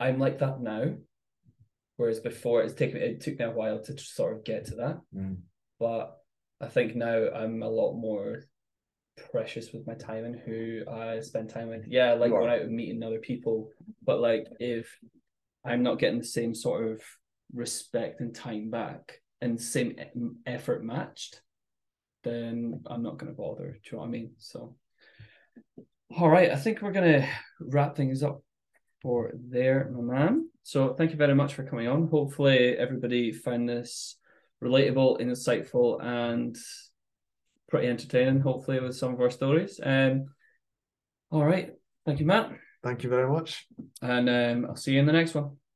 A: I'm like that now. Whereas before it's taken it took me a while to sort of get to that.
B: Mm.
A: But I think now I'm a lot more precious with my time and who I spend time with. Yeah, I like
B: You are.
A: going out and meeting other people. But like if I'm not getting the same sort of respect and time back and same e- effort matched, then I'm not going to bother. Do you know what I mean? So, all right, I think we're going to wrap things up for there, my man. So, thank you very much for coming on. Hopefully, everybody found this relatable, insightful, and pretty entertaining. Hopefully, with some of our stories. Um, all right, thank you, Matt,
B: Thank you very much.
A: and um, I'll see you in the next one.